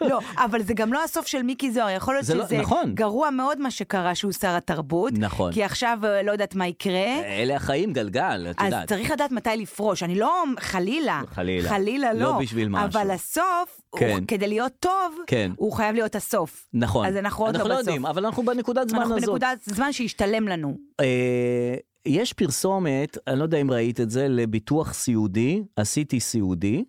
לא, אבל זה גם לא הסוף של מיקי זוהר, יכול להיות זה לא- שזה נכון. גרוע מאוד מה שקרה שהוא שר התרבות. נכון. כי עכשיו אה, לא יודעת מה יקרה. אלה החיים, גלגל, את אז יודעת. צריך לדעת מתי לפרוש, אני לא, חלילה, חלילה. חלילה לא, לא בשביל משהו. אבל הסוף, כן. הוא, כדי להיות טוב, כן. הוא חייב להיות הסוף. נכון. אז אנחנו עוד אנחנו לא לא בסוף. יודעים, אבל אנחנו בנקודת זמן אנחנו הזאת. בנקודת זמן שהשתלם לנו. אה, יש פרסומת, אני לא יודע אם ראית את זה, לביטוח סיעודי, עשיתי סיעודי.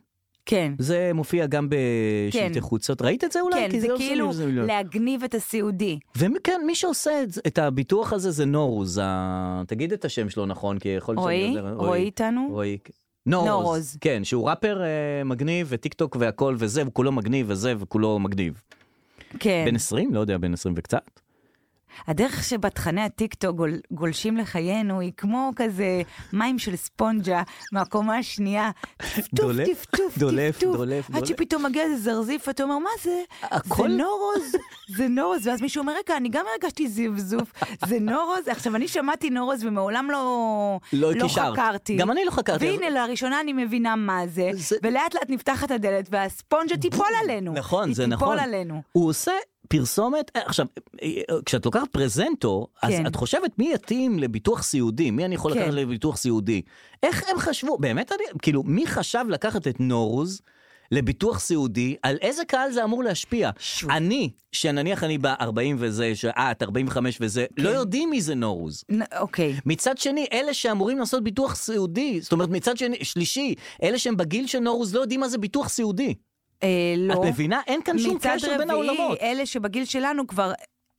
כן. זה מופיע גם בשלטי כן. חוצות. ראית את זה אולי? כן, כי זה לא כאילו שמים לב. להגניב את הסיעודי. וכן, מי שעושה את, זה- את הביטוח הזה זה נורוז, ה... תגיד את השם שלו נכון, כי יכול להיות רועי, עוזר- רועי איתנו? רועי. נורוז, נורוז. כן, שהוא ראפר אה, מגניב וטיק טוק והכל וזה, וכולו מגניב וזה, וכולו מגניב. כן. בן 20? לא יודע, בן 20 וקצת. הדרך שבה תכני הטיקטוק גול, גולשים לחיינו היא כמו כזה מים של ספונג'ה מהקומה השנייה. טפטוף, דולף, טפטוף, דולף, טפטוף. דולף, עד דולף. שפתאום מגיע איזה זרזיף, ואתה אומר, מה זה? הכל- זה נורוז, זה נורוז. ואז מישהו אומר, רגע, אני גם הרגשתי זבזוף, זה נורוז. עכשיו, אני שמעתי נורוז ומעולם לא, לא קישרת. חקרתי. גם אני לא חקרתי, אבל- והנה, לראשונה אני מבינה מה זה, זה- ולאט לאט נפתחת הדלת, והספונג'ה תיפול עלינו. נכון, היא זה נכון. תיפול עלינו. הוא עושה פרסומת, אה, עכשיו, אה, אה, כשאת לוקחת פרזנטו, אז כן. את חושבת מי יתאים לביטוח סיעודי, מי אני יכול כן. לקחת לביטוח סיעודי. איך הם חשבו, באמת, אני, כאילו, מי חשב לקחת את נורוז? לביטוח סיעודי, על איזה קהל זה אמור להשפיע? שוב. אני, שנניח אני ב-40 וזה, אה, שאת 45 וזה, כן. לא יודעים מי זה נורוז. נ- אוקיי. מצד שני, אלה שאמורים לעשות ביטוח סיעודי, זאת אומרת, מצד שני, שלישי, אלה שהם בגיל של נורוז לא יודעים מה זה ביטוח סיעודי. אה, לא. את מבינה? אין כאן שום קשר בין העולמות. מצד רביעי, אלה שבגיל שלנו כבר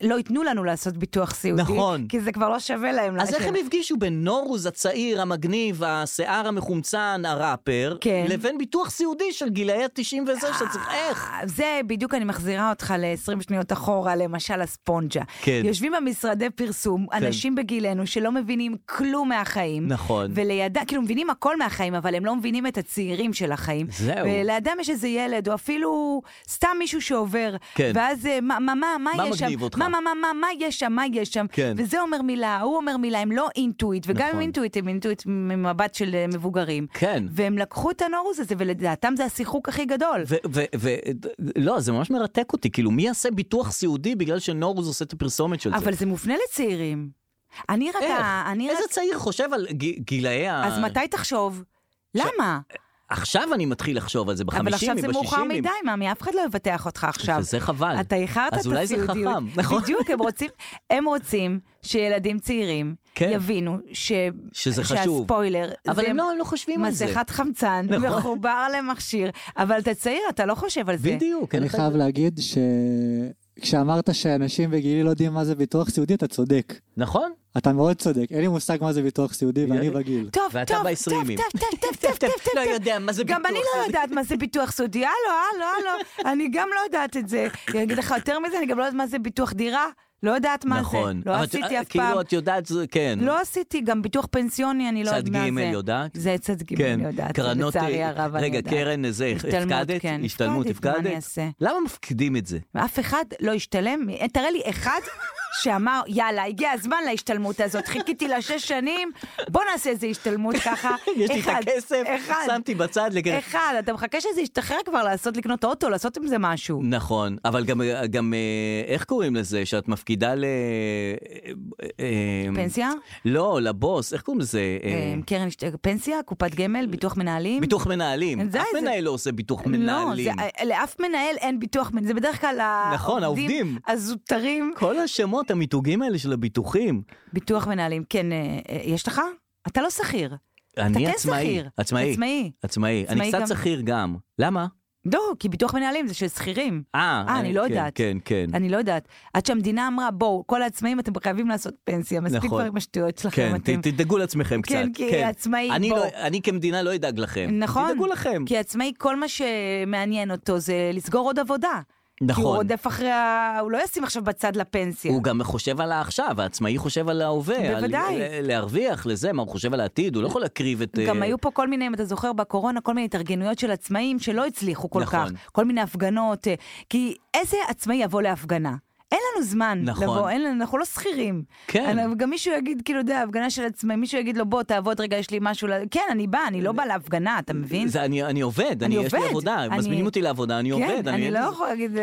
לא ייתנו לנו לעשות ביטוח סיעודי. נכון. כי זה כבר לא שווה להם. אז איך הם הפגישו בין נורוז הצעיר, המגניב, השיער המחומצן, הראפר, כן. לבין ביטוח סיעודי של גילאי ה-90 וזה, שאתה צריך, איך? אה, זה בדיוק אני מחזירה אותך ל-20 שניות אחורה, למשל הספונג'ה. כן. יושבים במשרדי פרסום, אנשים בגילנו שלא מבינים כלום מהחיים. נכון. ולידם, כאילו מבינים הכל מהחיים, אבל הם לא מבינים את הצעירים של החיים. זהו. ולידם יש איזה ילד, או אפילו סתם מישהו שעובר. כן. ואז אה, מה, מה, מה, מה מה יש שם? מגניב אותך? מה, מה, מה, מה, מה יש שם? מה יש שם? כן. וזה אומר מילה, הוא אומר מילה, הם לא אינטואיט, וגם נכון. הם אינטואיט, הם אינטואיט ממבט של אה, מבוגרים. כן. והם לקחו את הנורוס הזה, ולדעתם זה השיחוק הכי גדול. ולא, לא, זה ממש מרתק אותי, כאילו, מי יעשה ביטוח סיעודי בגלל שנורוז עושה את הפרסומת של זה? אבל זה מופנה לצעירים. אני רק... איך? ה- אני איזה רק... צעיר חושב על ג- גילאי ה... אז מתי תחשוב? למה? עכשיו אני מתחיל לחשוב על זה, בחמישים, אבל עכשיו זה בשישים, מאוחר עם- מדי, מאמי, אף אחד לא יבטח אותך עכשיו. וזה חבל. אתה איחרת את אז אולי זה הסיעודיות. חכם, נכון? בדיוק, הם רוצים, הם רוצים שילדים צעירים כן. יבינו ש... שזה חשוב. שהספוילר אבל זה הם לא- הם לא חושבים על זה. מסכת חמצן נכון. מחובר למכשיר, אבל אתה צעיר, אתה לא חושב על זה. בדיוק. אין אני לך- חייב להגיד שכשאמרת שאנשים בגילי לא יודעים מה זה ביטוח סיעודי, אתה צודק. נכון? אתה מאוד צודק, אין לי מושג מה זה ביטוח סיעודי ואני יאללה. בגיל. טוב, ואתה טוב, טוב, בעשרימים. טוב, טוב, טוב, טוב, טוב, טוב. לא יודע מה זה גם ביטוח אני לא סיעודי. יודעת מה זה ביטוח סודי, הלו, הלו, הלו, אני גם לא יודעת את זה. אני אגיד לך יותר מזה, אני גם לא יודעת מה זה ביטוח דירה, לא יודעת מה זה. נכון. לא אבל- עשיתי אף פעם. כאילו, את יודעת, זה- כן. לא עשיתי, גם ביטוח פנסיוני, אני לא צד יודעת מה זה. ג' יודעת? זה צד ג' כן, יודעת, קרנות, לצערי אה, הרב אני רגע, יודעת. קרן, זה, השתלמות, הפקדת? כן. השתלמות, הפקדתי, מה אני הפקדת? אעשה? למה מפקידים את זה? ואף אחד לא השתלם, תראה לי אחד שאמר, יאללה, הגיע הזמן להשתלמות הזאת, חיכיתי לה שש שנים, בוא נעשה איזה השתלמות ככה. יש לי את אחד, הכסף, אחד, שמתי בצד לגר... אחד, אתה מחכה שזה ישתחרר כבר לעשות, לקנות אוטו, לעשות עם זה משהו. נכון, אבל גם, גם אה, איך קוראים לזה? שאת מפקידה ל... אה, פנסיה? לא, לבוס, איך קוראים לזה? אה, אה, קרן השת- פנסיה, קופת גמל, ביטוח מנהלים? ביטוח מנהלים. זה- אף זה- מנהל לא עושה ביטוח מנהלים. לא, זה- לאף מנהל אין ביטוח, מנ- זה בדרך כלל נכון, העובדים. הזוטרים. כל השמות, המיתוגים האלה של הביטוחים. ביטוח מנהלים, כן, אה, אה, יש לך? אתה לא שכיר. אני כן עצמאי. שכיר. עצמאי. עצמאי. עצמאי. אני עצמאי קצת גם. שכיר גם. למה? לא, כי ביטוח מנהלים זה של שכירים. אה, אה, אני לא כן, יודעת. כן, כן. אני לא יודעת. עד שהמדינה אמרה, בואו, כל העצמאים אתם חייבים לעשות פנסיה, מספיק נכון. כבר עם השטויות שלכם. כן, ת- אתם- תדאגו לעצמכם קצת. לא כן, כי עצמאי, אני בוא. לא- אני כמדינה לא אדאג לכם. נכון. תדאגו לכם. כי עצמאי, כל מה שמעניין אותו זה לסגור עוד עבודה. כי הוא נכון. רודף אחרי ה... הוא לא ישים עכשיו בצד לפנסיה. הוא גם חושב על העכשיו, העצמאי חושב על ההווה. על- בוודאי. ל- להרוויח, לזה, מה הוא חושב על העתיד, הוא לא יכול להקריב את... גם אה, היו פה כל מיני, אם אתה זוכר, בקורונה, כל מיני התארגנויות של עצמאים שלא הצליחו כל נכון. כך. כל מיני הפגנות. אה, כי איזה עצמאי יבוא להפגנה? אין לנו זמן נכון. לבוא, אין לנו, אנחנו לא שכירים. כן. אני- גם מישהו יגיד, כאילו, אתה יודע, הפגנה של עצמאי, מישהו יגיד לו, בוא, תעבוד רגע, יש לי משהו ל... כן, אני באה, אני לא באה להפגנה, אתה מבין? זה, אני, אני עובד, אני, יש לי עובד. עבודה, אני- מזמינים אותי לעבודה, אני כן, עובד. אני אין לא לי- יכול להגיד, אה,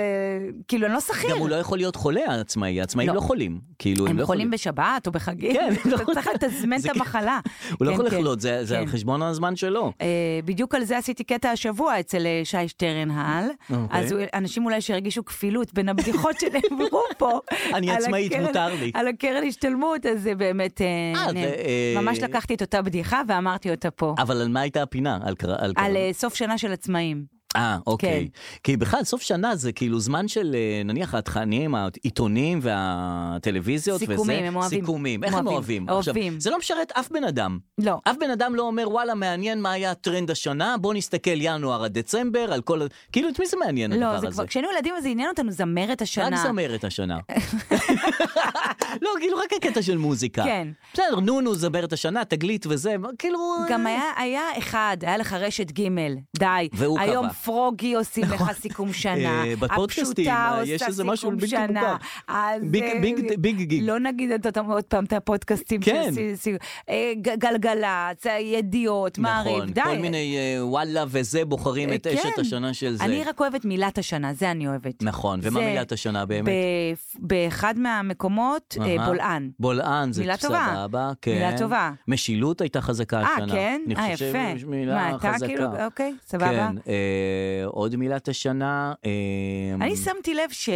כאילו, אני לא שכיר. גם הוא לא יכול להיות חולה, העצמאי, העצמאים לא. לא חולים. כאילו, הם, הם לא חולים בשבת או בחגים, כן, הם לא אתה צריך יכולים. לתזמן זה את כאילו- המחלה. הוא לא כן, יכול כן, לחלות, זה, זה כן. על חשבון הזמן שלו. אה, בדיוק על זה עשיתי קטע השבוע אצל אה, שי שטרנהל. אוקיי. אז הוא- אנשים אולי שהרגישו כפילות בין הבדיחות שנאמרו פה. אני על עצמאית, הקרן- מותר לי. על הקרן השתלמות, אז זה באמת... אה, אה, נה- זה, אה, ממש לקחתי את אותה בדיחה ואמרתי אותה פה. אבל על מה הייתה הפינה? על קרא... על, קרא- על אה, סוף שנה של עצמאים. אה, אוקיי. כי בכלל, סוף שנה זה כאילו זמן של, אה, נניח, התכנים, העיתונים והטלוויזיות וזה. סיכומים, הם אוהבים. סיכומים, איך הם אוהבים? עכשיו, אוהבים. זה לא משרת אף בן אדם. לא. אף בן אדם לא אומר, וואלה, מעניין מה היה הטרנד השנה, בוא נסתכל ינואר עד דצמבר, על כל... ה-" כאילו, את מי זה מעניין לא, הדבר זה הזה? כבר, כשהיינו ילדים אז זה עניין אותנו זמרת השנה. רק זמרת השנה. לא, כאילו, רק הקטע של מוזיקה. כן. בסדר, נונו זמרת השנה, תגלית וזה, כאילו... גם היה, היה אחד, היה לך רשת ג', די. והוא היום קבע. נכון. פרוגי עושים לך סיכום שנה. אה, בפודקאסטים, הפשוטה אה, עושה יש איזה משהו סיכום בלתי שנה. מוגבל. אז, ביג- אה, ביג- ביג גיג. לא נגיד את אותם עוד פעם, את הפודקאסטים. כן. של סי- סי- אה, ג- גלגלצ, ידיעות, מעריב, נכון, די. כל מיני אה, וואלה וזה, בוחרים את אה, אשת כן. השנה של זה. אני רק אוהבת מילת השנה, זה אני אוהבת. נכון, ומה זה מילת השנה באמת? ב- באחד מהמקומות, אה, אהה. בולען. בולען זה מילה טובה. סבבה, כן. מילה טובה. משילות הייתה חזקה אה, השנה. כן? אני אה, חושב יפה. מילה מה, אתה חזקה. כאילו- אוקיי, סבבה. כן, אה, עוד מילת השנה. אה, אני שמתי לב ש...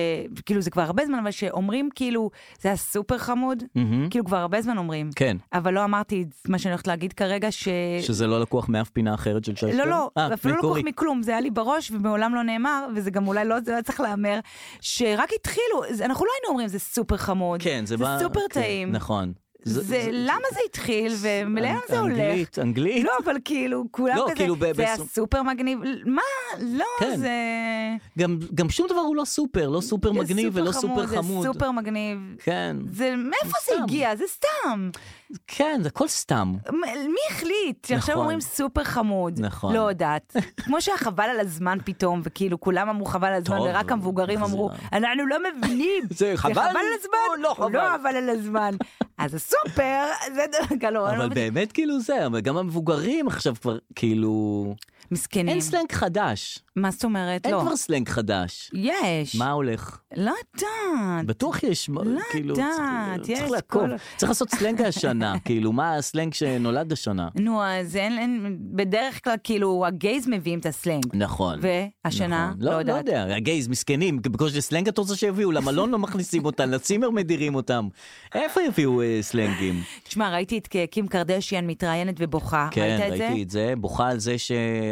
כאילו, זה כבר הרבה זמן, אבל שאומרים כאילו, זה היה סופר חמוד. מהמם. כאילו, כבר הרבה זמן אומרים. Mm-hmm. כן. אבל לא אמרתי את מה שאני הולכת להגיד כרגע, ש... שזה לא לקוח מאף פינה אחרת של שי לא, לא, אה, אפילו לא כל מקורי. כך מכלום, זה היה לי בראש ומעולם לא נאמר, וזה גם אולי לא, זה היה צריך להיאמר, שרק התחילו, זה- אנחנו לא היינו אומרים זה סופר חמוד, כן, זה בא... זה סופר כן, טעים, נכון. זה, למה זה התחיל ולאן זה הולך, אנגלית, אנגלית. לא, אבל כאילו, כולם לא, כזה, כאילו ב- זה היה בסופ- סופר מגניב, מה, לא, כן. זה... גם, גם שום דבר הוא לא סופר, לא סופר זה מגניב ולא סופר זה חמוד. סופר מגניב. כן, זה, מאיפה זה סתם. הגיע? זה סתם. כן, זה הכל סתם. מ- מי החליט? שעכשיו נכון. אומרים סופר חמוד. נכון. לא יודעת. כמו שהחבל על הזמן פתאום, וכאילו כולם אמרו חבל על הזמן, טוב, ורק המבוגרים אמרו, מחזירה. אנחנו לא מבינים. זה חבל? על או הזמן? לא או חבל?" לא חבל על הזמן. אז הסופר, זה דווקא לא... אני לא אבל מבינה. באמת כאילו זה, אבל גם המבוגרים עכשיו כבר, כאילו... מסכנים. אין סלנג חדש. מה זאת אומרת? אין לא. כבר סלנג חדש. יש. מה הולך? לא יודעת. בטוח יש, מ- לא כאילו, יודעת, צריך- יש צריך לעקוב. כל- צריך לעשות סלנג השנה, כאילו, מה הסלנג שנולד השנה? נו, אז אין, אין, בדרך כלל כאילו הגייז מביאים את הסלנג. נכון. והשנה, נכון. לא, לא, לא יודעת. יודע, הגייז מסכנים, בקושי סלנג את רוצה שיביאו, למלון לא מכניסים אותם, לצימר מדירים אותם. איפה יביאו אה, סלנגים? תשמע, ראיתי את קים קרדשיאן מתראיינת ובוכה. כן, ראית את זה? ראיתי את זה, בוכה על זה ש...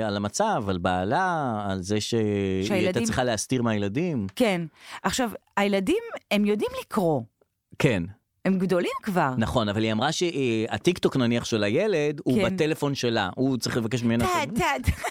על המצב, על בעלה, על זה שהיא הייתה שהילדים- צריכה להסתיר מהילדים. כן. עכשיו, הילדים, הם יודעים לקרוא. כן, הם גדולים כבר. נכון, אבל היא אמרה שהטיקטוק נניח של הילד, הוא כן. בטלפון שלה, הוא צריך לבקש ממנה, טה, ש- טה, טה.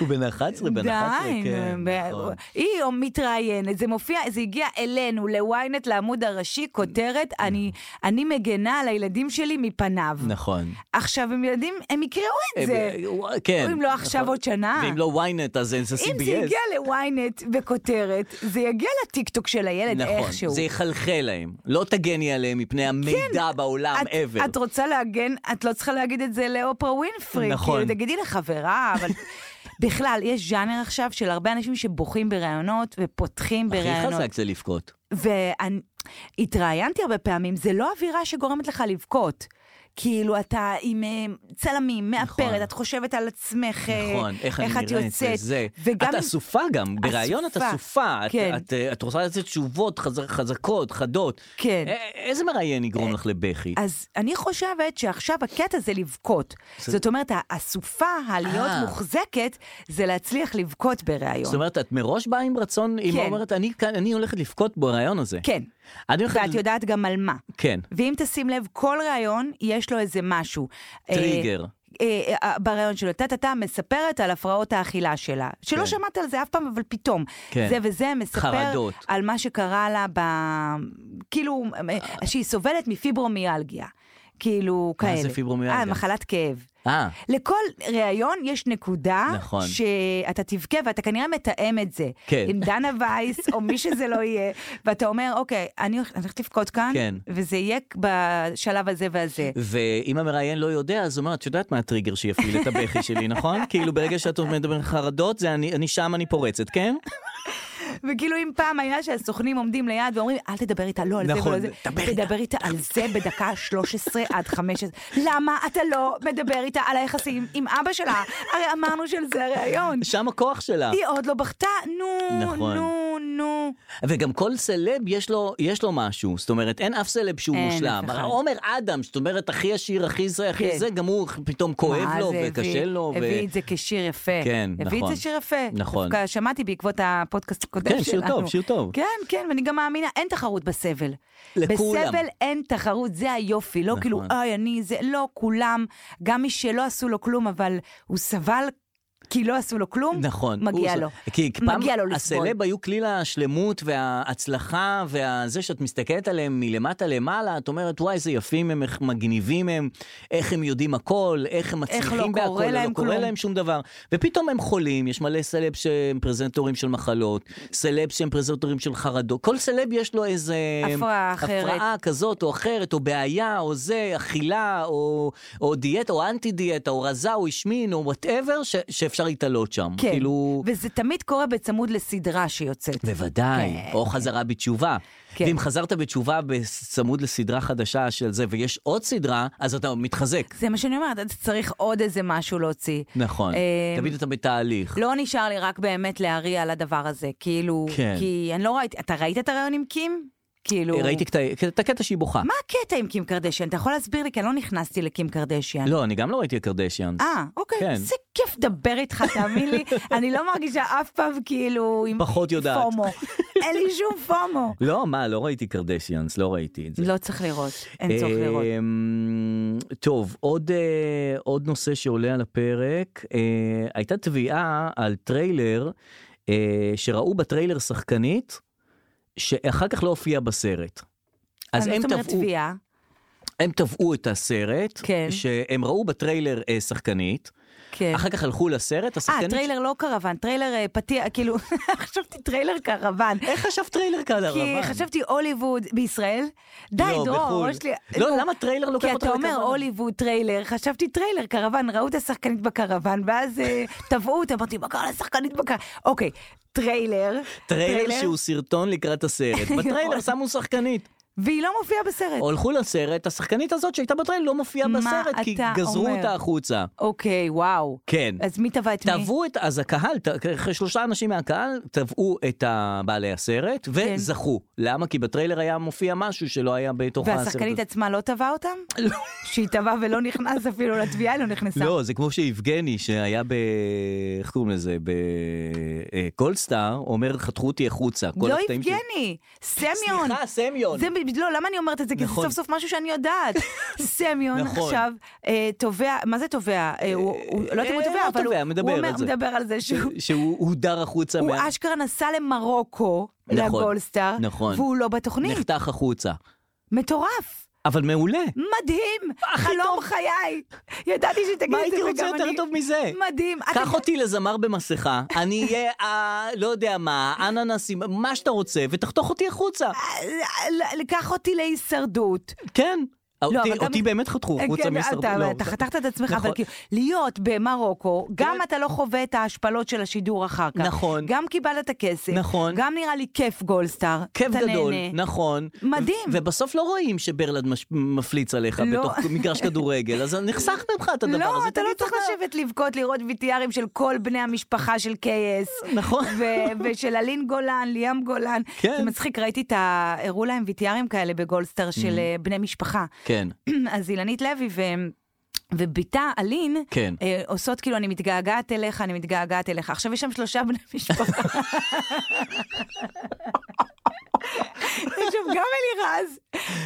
הוא בן 11, בן 11, די, כן, נו, ב- נכון. היא מתראיינת, זה מופיע, זה הגיע אלינו, ל-ynet, לעמוד הראשי, כותרת, אני- אני מגנה על הילדים שלי מפניו. נכון. עכשיו, הם ילדים, הם יקראו את זה. אה, ב- כן. אם לא עכשיו נכון. עוד שנה. ואם לא ynet אז זה CBS. אם זה יגיע ל-ynet בכותרת, זה יגיע לטיקטוק של הילד נכון, איכשהו. כן, זה יחלחל להם. לא תגני עליהם מפני המידע בעולם את, ever. את רוצה להגן, את לא צריכה להגיד את זה לאופרה ווינפרי. נכון. כאילו, תגידי לחברה, אבל... בכלל, יש ז'אנר עכשיו של הרבה אנשים שבוכים בראיונות ופותחים הכי בראיונות. חזק זה לבכות. והתראיינתי הרבה פעמים, זה לא אווירה שגורמת לך לבכות. כאילו, אתה עם אה, צלמים, נכון. מאפרת, את חושבת על עצמך, אה, נכון, איך, אני את נראית יוצאת. וזה. וגם את אם- אסופה גם, בריאיון את אסופה, אסופה. את- כן. את, אה, את רוצה לתת תשובות חז- חזקות, חדות. כן. אה. א- איזה מראיין יגרום לך לבכי? אז אני חושבת שעכשיו הקטע זה לבכות. זה- זאת אומרת, האסופה, הלהיות אה. מוחזקת, זה להצליח לבכות זאת בריאיון. אומרת, את מראש באה עם רצון, היא כן. אומרת, "אני כאן- אני הולכת לבכות בריאיון הזה. כן, אני הולכת... ואת יודעת גם על מה. כן. ואם תשים לב, כל ראיון יש לו איזה משהו. טריגר. אה, אה, אה, בריאיון שלו, טה-טה-טה, מספרת על הפרעות האכילה שלה. שלא כן. שמעת על זה אף פעם, אבל פתאום. כן. זה וזה מספר חרדות. על מה שקרה לה ב... כאילו, אה, שהיא סובלת מפיברומיאלגיה. כאילו, מה כאלה. זה פיברומיאלגיה? אה, מחלת כאב. אה, לכל ראיון יש נקודה נכון. שאתה תבכה ואתה כנראה מתאם את זה. כן. עם דנה וייס או מי שזה לא יהיה, ואתה אומר, אוקיי, אני הולכת אני הולכת לבכות כאן, כן. וזה יהיה בשלב הזה והזה. ואם המראיין לא יודע, אז הוא אומר, את יודעת מה הטריגר שיפעיל את הבכי שלי, נכון? כאילו, ברגע שאת מדברת על חרדות, זה אני אני שם, אני פורצת, כן? וכאילו אם פעם היה שהסוכנים עומדים ליד ואומרים, אל תדבר איתה לא על זה נכון, ולא על זה, דבר איתה. תדבר איתה על זה בדקה 13 עד 15. למה אתה לא מדבר איתה על היחסים עם אבא שלה? הרי אמרנו של זה הראיון. שם הכוח שלה. היא עוד לא בכתה, נו, נכון. נו, נו. וגם כל סלב יש לו, יש לו משהו, זאת אומרת, אין אף סלב שהוא אין מושלם. אף אחד. עומר אדם, זאת אומרת, הכי עשיר, הכי זה, הכי כן. זה, גם הוא פתאום כואב מה, לו אה, זה הביא- וקשה לו. ו- הביא את זה כשיר יפה. כן, הביא את נכון. זה שיר יפה. נכון. דווקא שמעתי בעקבות הפודקאסט הקודם כן, שלנו. שיר טוב, שיר טוב. כן, כן, ואני גם מאמינה, אין תחרות בסבל. לכולם. בסבל אין תחרות, זה היופי. לא נכון. כאילו, אוי, אני זה, לא, כולם, גם מי שלא עשו לו כלום, אבל הוא סבל כי לא עשו לו כלום, נכון. מגיע הוא- לו. כי פעם מגיע לו לסבול. הסלב היו כליל השלמות וההצלחה וזה שאת מסתכלת עליהם מלמטה למעלה, את אומרת, וואי, איזה יפים הם, איך מגניבים הם, איך הם יודעים הכל, איך הם איך מצליחים לא בהכל, קורה להם לא קורה כלום. להם שום דבר. ופתאום הם חולים, יש מלא סלב שהם פרזנטורים של מחלות, סלב שהם פרזנטורים של חרדות, כל סלב יש לו איזה... הפרעה אחרת. הפרעה כזאת או אחרת, או בעיה, או זה, אכילה, או, או דיאטה, או אנטי דיאטה, או רזה, או השמין, או וואטאבר, שאפשר להתעלות שם. כן, כאילו... וזה תמיד קורה בצמוד לסדרה שיוצאת. בוודאי, כן. או חזרה בתשובה. כן. ואם חזרת בתשובה בצמוד לסדרה חדשה של זה, ויש עוד סדרה, אז אתה מתחזק. זה מה שאני אומרת, אתה צריך עוד איזה משהו להוציא. נכון. אה, תמיד אתה בתהליך. לא נשאר לי רק באמת להריע על הדבר הזה, כאילו, כן. כי אני לא ראיתי, אתה ראית את הרעיון עם קים? כאילו... ראיתי קטע- את הקטע שהיא בוכה. מה הקטע עם קים קרדשיאן? אתה יכול להסביר לי? כי אני לא נכנסתי לקים קרדשיאן. לא, אני גם לא ראיתי את קרדשיאן. אה, אוקיי, כן. זה כיף לדבר איתך, תאמין לי. אני לא מרגישה אף פעם כאילו עם פחות יודעת. פומו. אין לי שום פומו. לא, מה, לא ראיתי קרדשיאנס, לא ראיתי את זה. לא צריך לראות, אין צורך אה, לראות. אמ, טוב, עוד, אה, עוד נושא שעולה על הפרק, אה, הייתה תביעה על טריילר אה, שראו בטריילר שחקנית, שאחר כך לא הופיעה בסרט. אז אני הם לא אומרת תבעו, תביעה. הם תבעו את הסרט, כן. שהם ראו בטריילר אה, שחקנית, כן. אחר כך הלכו לסרט, אה, השחקנית... טריילר לא קרוון, טריילר אה, פתיע, כאילו, חשבתי טריילר קרוון. איך חשב טריילר כאלה? כי חשבתי הוליווד בישראל. די, לא, דרור, בחו"ל. הראש שלי... לא, למה טריילר לוקח כי אותך אתה אומר לקרוון? הוליווד טריילר, חשבתי טריילר, קרוון, ראו את השחקנית בקרוון, ואז אה, תבעו אותה, אמרתי, מה קרה לשחקנית בקרוון? אוקיי, טריילר. נכון. טריילר שהוא סרטון לקראת הסרט. בטריילר שמו שחקנית. והיא לא מופיעה בסרט. הלכו לסרט, השחקנית הזאת שהייתה בטריילר לא מופיעה מה בסרט, כי אתה גזרו אומר? אותה החוצה. אוקיי, וואו. כן. אז מי תבע את מי? תבעו את, אז הקהל, ת- כ- שלושה אנשים מהקהל תבעו את ה- בעלי הסרט כן. וזכו. למה? כי בטריילר היה מופיע משהו שלא היה בתוך הסרט. והשחקנית הזה. עצמה לא תבעה אותם? לא. שהיא תבעה ולא נכנס אפילו לתביעה, היא לא נכנסה. לא, זה כמו שיבגני שהיה ב... איך קוראים לזה? בגולדסטאר, אומר חתכו אותי החוצה. כל לא הקטעים שלי." יבגני, סמיון. סליחה, סמיון. זה, ב- לא, למה אני אומרת את זה? כי זה נכון. סוף סוף משהו שאני יודעת. סמיון נכון. עכשיו אה, תובע, מה זה תובע? אה, הוא- הוא- לא יודעת אם הוא אה, תובע, לא אבל הוא תובע, מדבר הוא על אומר- זה. מדבר על זה שהוא... שהוא הודר החוצה. הוא מה- אשכרה נסע למרוקו, נכון, לגולדסטאר, נכון. והוא לא בתוכנית. נחתך החוצה. מטורף. אבל מעולה. מדהים! חלום חיי! ידעתי שתגיד את זה, מה הייתי רוצה וגם יותר אני- טוב מזה? מדהים. קח אתה- אותי לזמר במסכה, אני אהיה, אה, לא יודע מה, אננסים, מה שאתה רוצה, ותחתוך אותי אה, החוצה. ל- קח אה, אותי להישרדות. כן. אותי- לא, אבל גם- אותי באמת חתכו כן, החוצה מסרטון. אתה- לא, אתה זה- חתכת את עצמך, נכון. אבל כאילו, להיות במרוקו, גם אתה לא חווה את ההשפלות של השידור אחר כך. נכון. גם קיבלת כסף. נכון. גם נראה לי כיף גולדסטאר. כיף אתה גדול, נהנה. נכון. מדהים. ו- ובסוף לא רואים שברלד מש- מפליץ עליך לא. בתוך מגרש כדורגל, אז נחסך ממך את נכון, הדבר הזה. לא, אתה לא תגיד צריך תודה. לשבת לבכות, לראות VTRים של כל בני המשפחה של KS. נכון. ו- ושל אלין גולן, ליאם גולן. כן. זה מצחיק, ראיתי את ה... הראו להם VTRים כאלה בגולדסטאר Mm. של אה, בני משפחה. כן, אז אילנית לוי ו... ובתה אלין, כן. אה, עושות כאילו אני מתגעגעת אליך, אני מתגעגעת אליך. עכשיו יש שם שלושה בני משפחה. יש שם גם אלירז,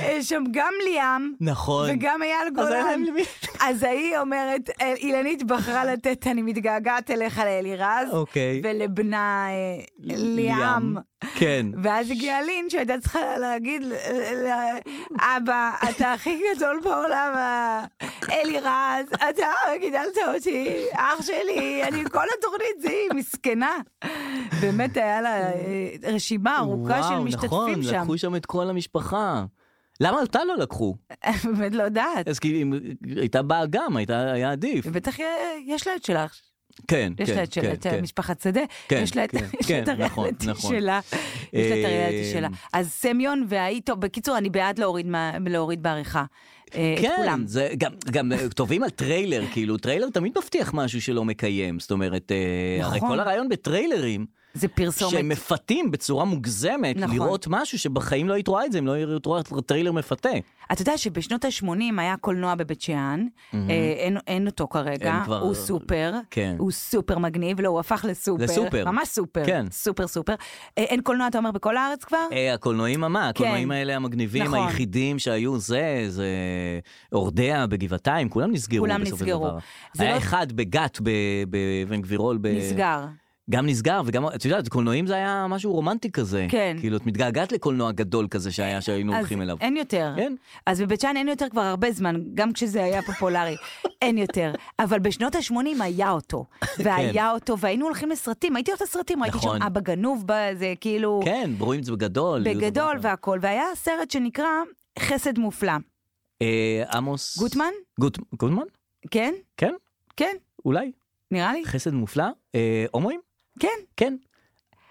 אה, שם גם ליאם, נכון. וגם אייל אז אין גולן. להם למי- אז ההיא אומרת, אה, אילנית בחרה לתת אני מתגעגעת אליך לאלירז, אוקיי. ולבנה אה, ליאם. כן. ואז הגיעה לין שהייתה צריכה להגיד ל- ל- אבא, אתה הכי גדול בעולם, אה, אלי רז, אתה גידלת אותי, אח שלי, אני כל התוכנית זה היא מסכנה. באמת היה לה אה, רשימה ארוכה של משתתפים נכון, שם. לקחו שם את כל המשפחה. למה אותה לא לקחו? באמת לא יודעת. אז כאילו, אם הייתה באה גם, הייתה, היה עדיף. בטח אה, יש לה את שלך, כן, יש כן, לה את של- כן, את אה, כן. משפחת שדה, כן, יש לה את כן, יש לה את כן, נכון, הריאליטי נכון. שלה, יש לה אה, את הריאליטי שלה. אז סמיון והאיטו, בקיצור, אני בעד להוריד מה- להוריד בעריכה. אה, את כן, כולם. זה גם, גם אה, טובים על טריילר, כאילו, טריילר תמיד מבטיח משהו שלא מקיים. זאת אומרת, אה, הרי נכון. כל הרעיון בטריילרים זה פרסומת. שהם מפתים בצורה מוגזמת, נכון. לראות משהו שבחיים לא היית רואה את זה, אם לא היית רואה טריילר מפתה. אתה יודע שבשנות ה-80 היה קולנוע בבית שאן, אה, אין- אין אותו כרגע, אין כבר- הוא סופר, כן. הוא סופר מגניב, לא, הוא הפך לסופר, לסופר. ממש סופר, כן. סופר סופר. אה, אין קולנוע, אתה אומר, בכל הארץ כבר? אה, הקולנועים המה, הקולנועים האלה המגניבים, כן. נכון. היחידים שהיו זה, זה אורדע בגבעתיים, כולם נסגרו כולם בסופו של נסגרו. דבר. זה היה לא- אחד בגת ב- באבן גבירול. ב- נסגר. גם נסגר, וגם, את יודעת, קולנועים זה היה משהו רומנטי כזה. כן. כאילו, את מתגעגעת לקולנוע גדול כזה שהיה, שהיינו אז הולכים אליו. אין יותר. כן. אז בבית שאן אין יותר כבר הרבה זמן, גם כשזה היה פופולרי, אין יותר. אבל בשנות ה-80 היה אותו. והיה אותו, והיינו הולכים לסרטים, הייתי הולכת לסרטים, ראיתי כן. נכון. שם אבא גנוב, בזה, כאילו... כן, רואים את זה נכון. בגדול. יהודה בגדול ברקן. והכל, והיה סרט שנקרא חסד מופלא. אה, עמוס... גוטמן? גוט- גוטמן? כן? כן? כן, אולי. נראה לי. חסד מופלא. אה, הומואים? כן. כן.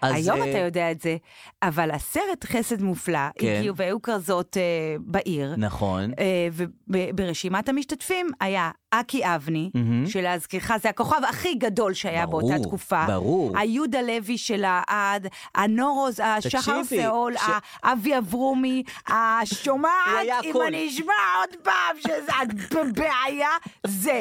אז, היום אה, אתה יודע את זה. אבל הסרט חסד מופלא, כן. הגיעו והיו כרזות אה, בעיר. נכון. אה, וברשימת המשתתפים היה אקי אבני, מהמם. שלהזכירך זה הכוכב הכי גדול שהיה ברור, באותה תקופה. ברור. היהודה לוי של העד, הנורוז, השחר תקשיבי, סאול, ש- אבי אברומי, הוא השומעת, היה אם הכל. אני אשמע עוד פעם שזה את בבעיה, זה,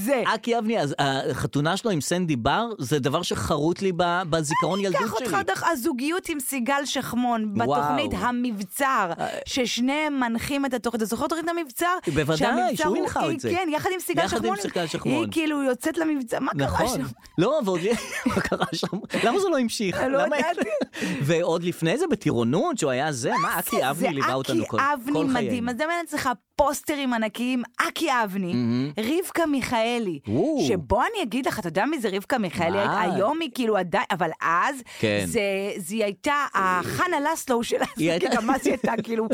זה. אקי אבני, אז אה, החתונה שלו עם סנדי בר, זה דבר שחרוט לי ב- בזיכרון ילדות שלי. קח אותך דרך הזוגיות עם סיגל שחמון, וואו. אה. בתוכנית המבצר, ששניהם מנחים את התוכנית. אתה זוכר את תוכנית המבצר? בוודאי, שהמבצר שהוא הוא- הנחה היא- את זה. כן, יחד עם סיגל יחד עם שחמון. סיגל היא שחמון. כאילו יוצאת למבצר, מה קרה נכון. שם? לא, ועוד... מה קרה שם? למה זה לא המשיך? לא למה- יודעת. ועוד לפני זה, בטירונות, שהוא היה זה, מה, אקי כן, זה אבני ליווה אותנו כל אקי כל אבני חיינו. מדהים, אז זה מעניין אצלך פוסטרים ענקיים, אקי אבני, רבקה מיכאלי, וואו. שבוא אני אגיד לך, אתה יודע מי זה רבקה מיכאלי? מה? היום היא כאילו עדיין, אבל אז, כן. זה- זה היא הייתה החנה לסלו שלה, היא הייתה- גם אז היא הייתה כאילו,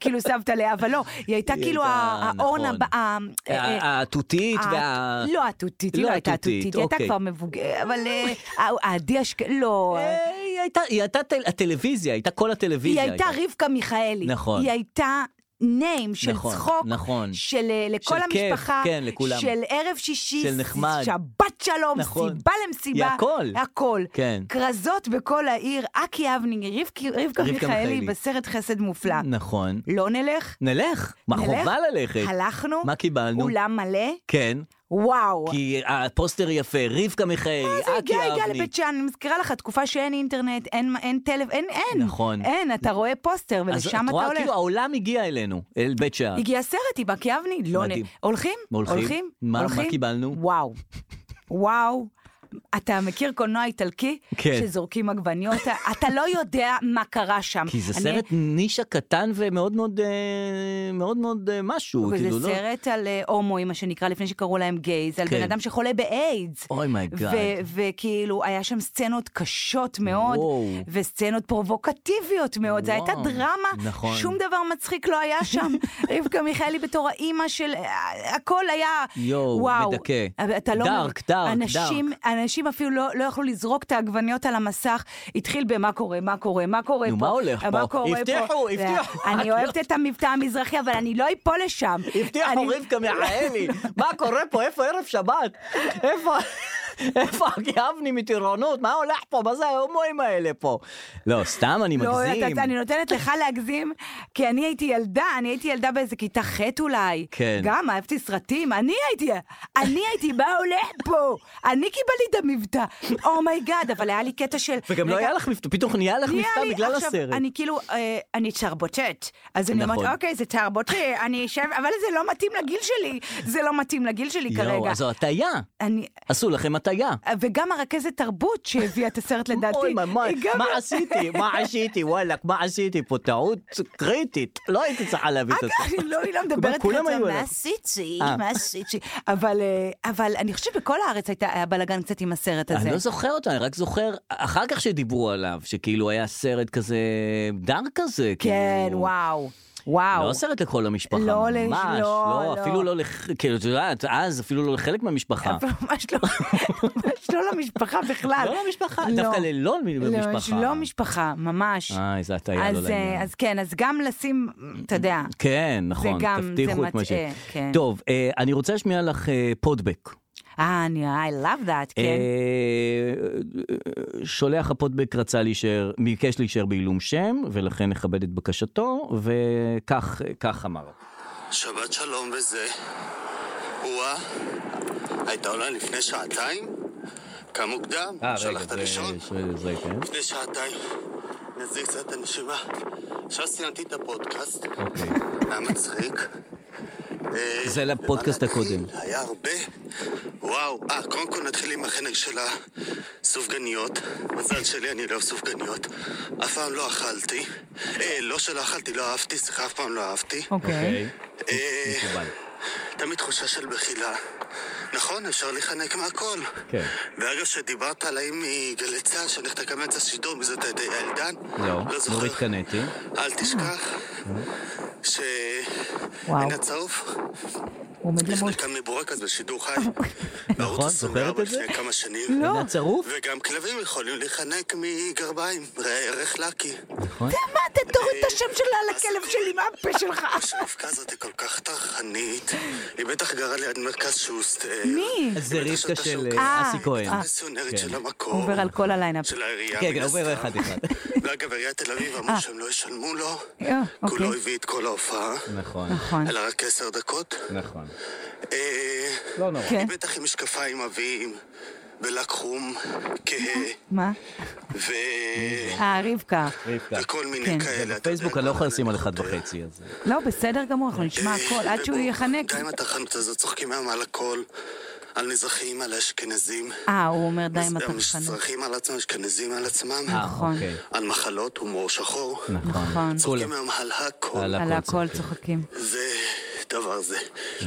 כאילו סבתא לאה, אבל לא, היא הייתה היא כאילו הייתה, ה- האורנה, נכון. ב- ה- אה, אה, התותית וה... הת- לא התותית, היא לא לא הייתה התותית, התותית, היא הייתה אוקיי. כבר מבוגרת, אבל אה, ה- עדי אשכ... לא. אה, היא הייתה- היא הייתה טל- הטלוויזיה, הייתה כל היא הטלוויזיה. הייתה רבקה מיכאלי. נכון. היא הייתה ניים של נכון, צחוק, נכון. של אה, לכל של כיף, המשפחה, כן, לכולם. של ערב שישי, של נחמד. שבת שלום, נכון. סיבה למסיבה, היא הכל. הכל. כן. כרזות בכל העיר, אקי אבני, רבקה, רבקה רבקה מיכאלי מיכאלי. בסרט חסד מופלא. נכון. לא נלך? נלך, מה נלך? חובה ללכת. הלכנו, מה קיבלנו? אולם מלא, כן, וואו. כי הפוסטר יפה, רבקה מיכאלי, אה, אה, זה אקי הגיע, הגיע אבני. לבית שאן, אני מזכירה לך, תקופה שאין אינטרנט, אין, אין טלפ, אין, אין. נכון. אין, אתה רואה פוסטר, אז את ולשם אתה רואה, הולך. כאילו העולם הגיע אלינו, אל בית שער. הגיע סרט עם מקי אבני, לא נ... מדהים. הולכים? הולכים. הולכים? מה- מה הולכים? קיבלנו? וואו. וואו. אתה מכיר קולנוע איטלקי? כן. שזורקים עגבניות? אתה לא יודע מה קרה שם. כי זה אני- סרט נישה קטן ומאוד מאוד אה, מאוד מאוד אה, משהו, וזה כאילו לא... סרט על אה, הומואים, מה שנקרא, לפני שקראו להם גייז, על כן. בן אדם שחולה באיידס. אוי מיי גאד. ו- וכאילו, היה שם סצנות קשות מאוד, וואו. וסצנות פרובוקטיביות מאוד, זו הייתה וואו, דרמה, נכון. שום דבר מצחיק לא היה שם. רבקה מיכאלי בתור האימא של, אה, הכל היה, יואו, וואו. מדכא. אבל אתה לא... דארק, דארק, אנשים, אנשים אפילו לא, לא יכלו לזרוק את העגבניות על המסך, התחיל במה קורה, מה קורה, מה קורה נו, פה, מה הולך מה פה? קורה הבטיחו, פה. הבטיחו. אני אוהבת את המבטא המזרחי, אבל אני לא אפול לשם. הבטיחו אני- רבקה מיכאלי, מה קורה פה? איפה ערב שבת? איפה... איפה אקי אבני מטירונות? מה הולך פה? מה זה ההומואים האלה פה? לא, סתם אני לא, מגזים. אתה- אני נותנת לך להגזים, כי אני הייתי ילדה, אני הייתי ילדה באיזה כיתה ח' אולי. כן. גם אהבתי סרטים, אני הייתי, אני הייתי, מה הולך פה? אני קיבלתי את המבטא. אומייגאד, אבל היה לי קטע של... וגם לא רגע, היה לך מבטא, פתאום נהיה לך נהיה מבטא לי- בגלל עכשיו, הסרט. אני כאילו, אה, אני צרבוטט. אז אני נכון. אומרת, אוקיי, זה צרבוטי, אני אשב, אבל זה לא מתאים לגיל שלי. זה לא מתאים לגיל שלי יואו, כרגע. אז זו הטעיה. אני... עשו לכם הטעיה. וגם הרכזת תרבות שהביאה את הסרט לדעתי, אוי, מה, מה- היא גם- לא- מה עשיתי? מה עשיתי? וואלכ, מה עשיתי פה? טעות קריטית. לא הייתי צריכה להביא את אגב, זה. אני לא, היא לא אבל מדברת כולם כזה, היו מה עליו." עשיתי, אה. מה עשיתי, אבל, אה, אבל אני חושבת שבכל הארץ הייתה, היה בלאגן קצת עם הסרט הזה. אני לא זוכר אותו, אני רק זוכר אחר כך שדיברו עליו, שכאילו היה סרט כזה דארק כזה. כן, כאילו. וואו, וואו. לא סרט לכל המשפחה, לא, לש- ממש, לא, לא, לא. אפילו לא, לח- כאילו, את יודעת, אז אפילו לא לחלק מהמשפחה. אבל ממש לא, ממש לא למשפחה בכלל. לא למשפחה, לא. דווקא ללא ממש למשפחה. לא משפחה, ממש. איי, זה הטעיה לא אז, אה, לעניין. אז כן, אז גם לשים, אתה יודע, כן, נכון, גם- זה תבטיחו את מה ש... מטעה, כן. טוב, אה, אני רוצה להשמיע לך אה, פודבק. אה, אני, I love that, כן. אה, שולח הפוטבק רצה להישאר, ביקש להישאר בעילום שם, ולכן נכבד את בקשתו, וכך כך אמר. אה, שבת שלום וזה. או-אה, הייתה עולה לפני שעתיים? קם מוקדם? שלחת לישון? אה, זה, זה, כן. לפני שעתיים. נזיג קצת את הנשימה. עכשיו סיימתי את הפודקאסט. אוקיי. היה מצחיק. אה, זה לפודקאסט במה הקודם. נתחיל? היה הרבה. וואו, אה, קודם כל נתחיל עם החנק של הסופגניות. מזל שלי, אני לא אוהב סופגניות. אף פעם לא אכלתי. אה, לא שלא אכלתי, לא אהבתי, סליחה, אף פעם לא אהבתי. אוקיי. אה, מקובל. תמיד תחושה של בחילה. נכון, אפשר להיחנק מהכל. כן. ואגב, שדיברת על האם מגלי צה"ל שנחתקה מאמצע שידור, זאת הייתה ילדן? לא, זוכר. נורית קנטי. אל תשכח ש... וואו. עין הצרוף הוא עומד למות. נחנקה מבורקס בשידור חי. נכון, בערוץ זוכרת 24 את זה? לפני כמה שנים. לא. עינת צרוף? וגם כלבים יכולים להיחנק מגרביים, ר- ריח לקי. נכון. מה, אתה תוריד את השם שלה לכלב שלי מהפה שלך. שהרבקה הזאת היא כל כך טרחנית, היא בטח גרה ליד מרכז שוסטר. מי? זה בטח רבקה שאתה של שוקל. אה, כן. אסי כהן. היא הפנסיונרית של המקום. עובר על כל הליינאפ. של העירייה. כן, מן כן, עובר הסתם. אחד אחד. ואגב, עיריית תל אביב אמרו שהם לא ישלמו לו, אה, כי הוא לא אוקיי. הביא את כל ההופעה, נכון, נכון. אלא רק עשר דקות. נכון. אה, לא נורא. כן. היא בטח עם משקפיים עבים, ולקחום כהה, מה? ו... אה, רבקה. רבקה. וכל מיני כן. כאלה. אה, אתה יודע, בפייסבוק אני לא יכול לשים על אחד יודע. וחצי, אז... לא, בסדר גמור, אנחנו נשמע אה, הכל, עד שהוא ובוא, ייחנק. די עם הטרחנות הזאת, צוחקים היום על הכל, על מזרחים, על אשכנזים. אה, הוא אומר די עם התרחנות. מזרחים על עצמם, אשכנזים על עצמם. אה, נכון. אוקיי, על מחלות, הומור שחור. נכון. נכון. צוחקים היום על הכל. על על הכל הכל צוחקים. צוחקים. זה דבר זה.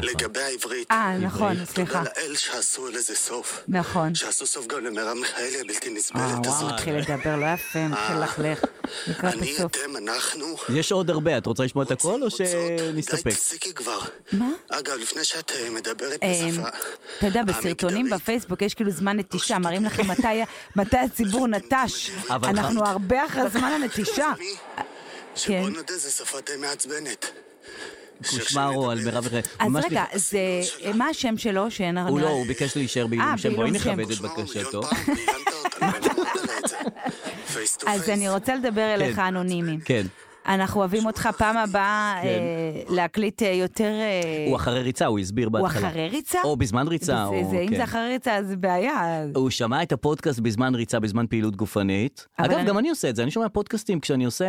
לגבי העברית, אה, נכון, סליחה. תודה לאל שעשו לזה סוף. נכון. שעשו סוף גם למרב מיכאלי הבלתי אה, נסבלת וואו, הזאת. מתחיל לדבר לא יפה, מתחיל לחלך. לקראת אני, הסוף. אתם, אנחנו. אה, יש עוד הרבה, את רוצה לשמוע את הכל או רוצות. די, שנסתפק? תפסיקי כבר. מה? אגב, לפני שאת אה, מדברת אמ, בשפה... אתה יודע, בסרטונים המגדרית, בפייסבוק יש כאילו זמן נטישה, מראים לך מתי- מתי הציבור נטש. אבל- אנחנו הרבה אחרי זמן הנטישה. מי? כן. שבוא נודה, זו שפה די מעצבנת. קושמרו על מירב מיכאלי. אז ממש רגע, לפ- זה... מה השם שלו? שאין הוא לא, הוא ביקש להישאר בעילום אה, שם, בואי בעילום שם. נכבד את קושמרו בקשתו. מיליון פעם, בריאמת אותנו, אני לא מודה את זה. Face to אז face. אני רוצה לדבר אליך אנונימי. כן. אנחנו אוהבים אותך פעם הבאה כן. אה, להקליט אה, יותר... אה, הוא אחרי ריצה, הוא הסביר הוא בהתחלה. אחרי ריצה? או בזמן ריצה, זה- או... זה- אם כן. זה אחרי ריצה אז בעיה. אז- הוא שמע את הפודקאסט בזמן ריצה, בזמן פעילות גופנית. אבל אגב, אני- גם אני עושה את זה, אני שומע פודקאסטים כשאני עושה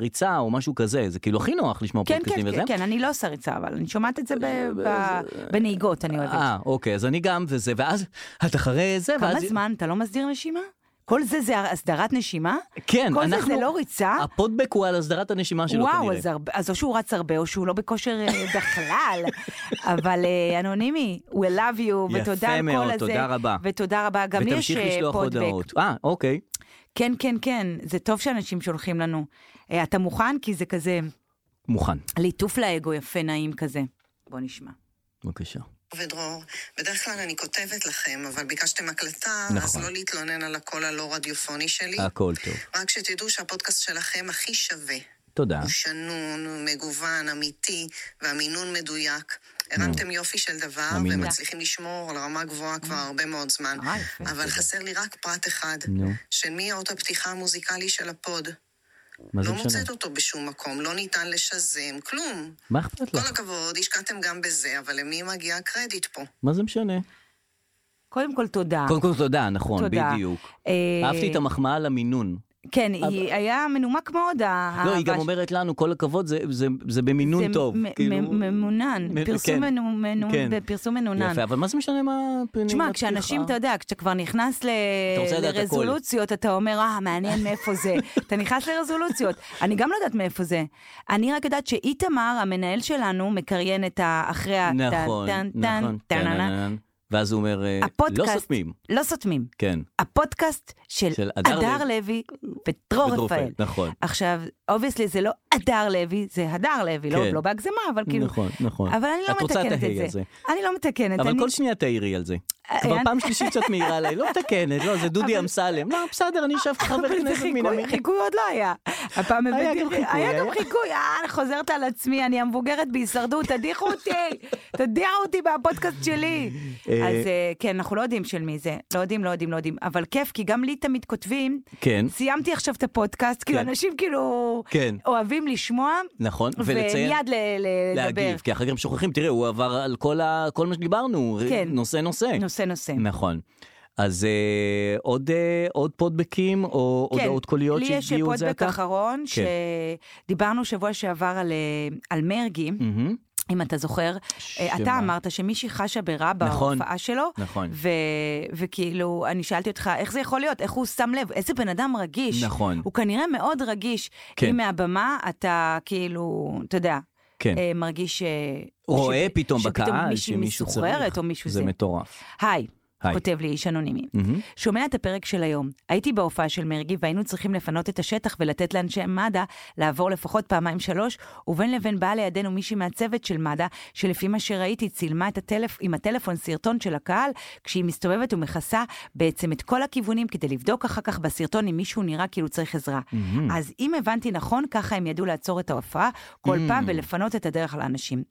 ריצה או משהו כזה, זה כאילו הכי נוח לשמוע כן, כן, פודקאסטים וזה. כן, כן, אני לא עושה ריצה, אבל אני שומעת את זה ב- ב- בנהיגות, אני אוהבת. אה, אוקיי, אז אני גם וזה, ואז את אחרי זה, ואז... כמה זמן? אתה לא מסדיר נשימה? כל זה זה הסדרת נשימה? כן, כל זה אנחנו... זה לא ריצה? הפודבק הוא על הסדרת הנשימה שלו וואו, כנראה. אז, הרבה, אז או שהוא רץ הרבה, או שהוא לא בכושר אה, בכלל. אבל אה, אנונימי, we love you, יפה ותודה על כל מאוד, הזה. תודה רבה. ותודה רבה. גם יש ותמשיך אה, לשלוח פודבק. הודעות. אה, אוקיי. כן, כן, כן, זה טוב שאנשים שולחים לנו. אה, אתה מוכן? כי זה כזה מוכן. ליטוף לאגו יפה נעים כזה. בוא נשמע. בבקשה. ודרור, בדרך כלל אני כותבת לכם, אבל ביקשתם הקלטה, אז נכון. אה. לא להתלונן על הקול הלא רדיופוני שלי. הכל טוב. רק שתדעו שהפודקאסט שלכם הכי שווה. תודה. הוא שנון, מגוון, אמיתי, והמינון מדויק. הרמתם יופי של דבר, אמינות. ומצליחים לשמור על רמה גבוהה כבר הרבה מאוד זמן. אה, יפה. אבל חסר לי רק פרט אחד, נו. של מי אות הפתיחה המוזיקלי של הפוד. מה זה לא משנה? מוצאת אותו בשום מקום, לא ניתן לשזם, כלום. מה אכפת כל לך? הכבוד, השקעתם גם בזה, אבל למי מגיע הקרדיט פה? מה זה משנה? קודם כל, תודה. קודם כל תודה, נכון, תודה. בדיוק. אה, אהבתי את המחמאה על המינון. כן, היא היה מנומק מאוד, האהבה. לא, היא גם ש- אומרת לנו, כל הכבוד, זה- זה- זה במינון זה טוב. מ- כאילו- מ- ממונן, מ- פרסום כן. מנו- מנו- כן. בפרסום מנונן. יפה, אבל מה זה משנה מה אה? הפנים? תשמע, הפתיחה? כשאנשים, אתה יודע, כשאתה כבר נכנס ל... אתה רוצה לדעת הכל. לרזולוציות, אתה אומר, אה, מעניין מאיפה זה. אתה נכנס לרזולוציות. אני גם לא יודעת מאיפה זה. אני רק יודעת שאיתמר, המנהל שלנו, מקריין את ה... אחרי ה... טן, נכון, טן, טן, נכון. טן, טן, טן, טן. טן. ואז הוא אומר, אה, לא הפודקאסט- סותמים. לא סותמים. כן, הפודקאסט של של הדר הדר לוי ודרור בדרופל, רפאל. נכון. עכשיו, אובייסלי זה לא הדר לוי, זה הדר לוי, לא כן. לא בהגזמה, אבל כאילו... נכון, נכון. אבל אני לא את רוצה את מתקנת ההי את זה. הזה. אני לא מתקנת. אבל אני- כל שנייה תעירי על זה. אה, כבר אה, פעם שלישית שאת מעירה עליי, לא מתקנת, לא, זה דודי אמסלם. לא, בסדר, אני אשב כחבר אבל זה כנסת מן חיקוי, המיר. חיקוי עוד לא היה. הפעם היה הבאתי- גם חיקוי, היה גם היה. חיקוי, אה, אני חוזרת על עצמי, אני המבוגרת בהישרדות, תדיחו אותי, תדיחו אותי מהפודקאסט שלי. אה, אז אה, כן, אנחנו לא יודעים של מי זה, לא יודעים, לא יודעים, לא יודעים, אבל כיף, כי גם לי תמיד כותבים, כן. סיימתי עכשיו את הפודקאסט, כאילו כן. אנשים כאילו כן. אוהבים לשמוע, נכון, ולציין, ומיד ל- ל- לדבר. להגיב, כי אחר כך הם שוכחים, תראה, הוא עבר על כל ה- כל מה שדיברנו, כן. נושא נושא. נושא נושא. נכון. אז אה, עוד אה, עוד פודבקים או כן, הודעות קוליות שהגיעו את זה כן. לי יש פודבק עתה? אחרון, שדיברנו שבוע שעבר על, אה, על מרגי. מהמם. אם אתה זוכר, שמה? שמה? אתה אמרת שמישהי חשה ברע נכון, בהופעה שלו, נכון. ו... וכאילו, אני שאלתי אותך, איך זה יכול להיות? איך הוא שם לב? איזה בן אדם רגיש. נכון. הוא כנראה מאוד רגיש. כן. כן. אם מהבמה אתה כאילו, אתה יודע, כן. אה, מרגיש... אה, רואה ש- פתאום בקהל שפתאום מישהי שמישהו מסוחררת צריך. או מישהו זה. זה מטורף. היי. היי. כותב לי איש אנונימי. מהמם. שומע את הפרק של היום. הייתי בהופעה של מרגי והיינו צריכים לפנות את השטח ולתת לאנשי מד"א לעבור לפחות פעמיים שלוש, ובין לבין באה לידינו מישהי מהצוות של מד"א, שלפי מה שראיתי צילמה את הטלפ... עם הטלפון סרטון של הקהל, כשהיא מסתובבת ומכסה בעצם את כל הכיוונים כדי לבדוק אחר כך בסרטון אם מישהו נראה כאילו צריך עזרה. Mm-hmm. אז אם הבנתי נכון, ככה הם ידעו לעצור את ההופעה כל mm-hmm. פעם ולפנות את הדרך לאנשים.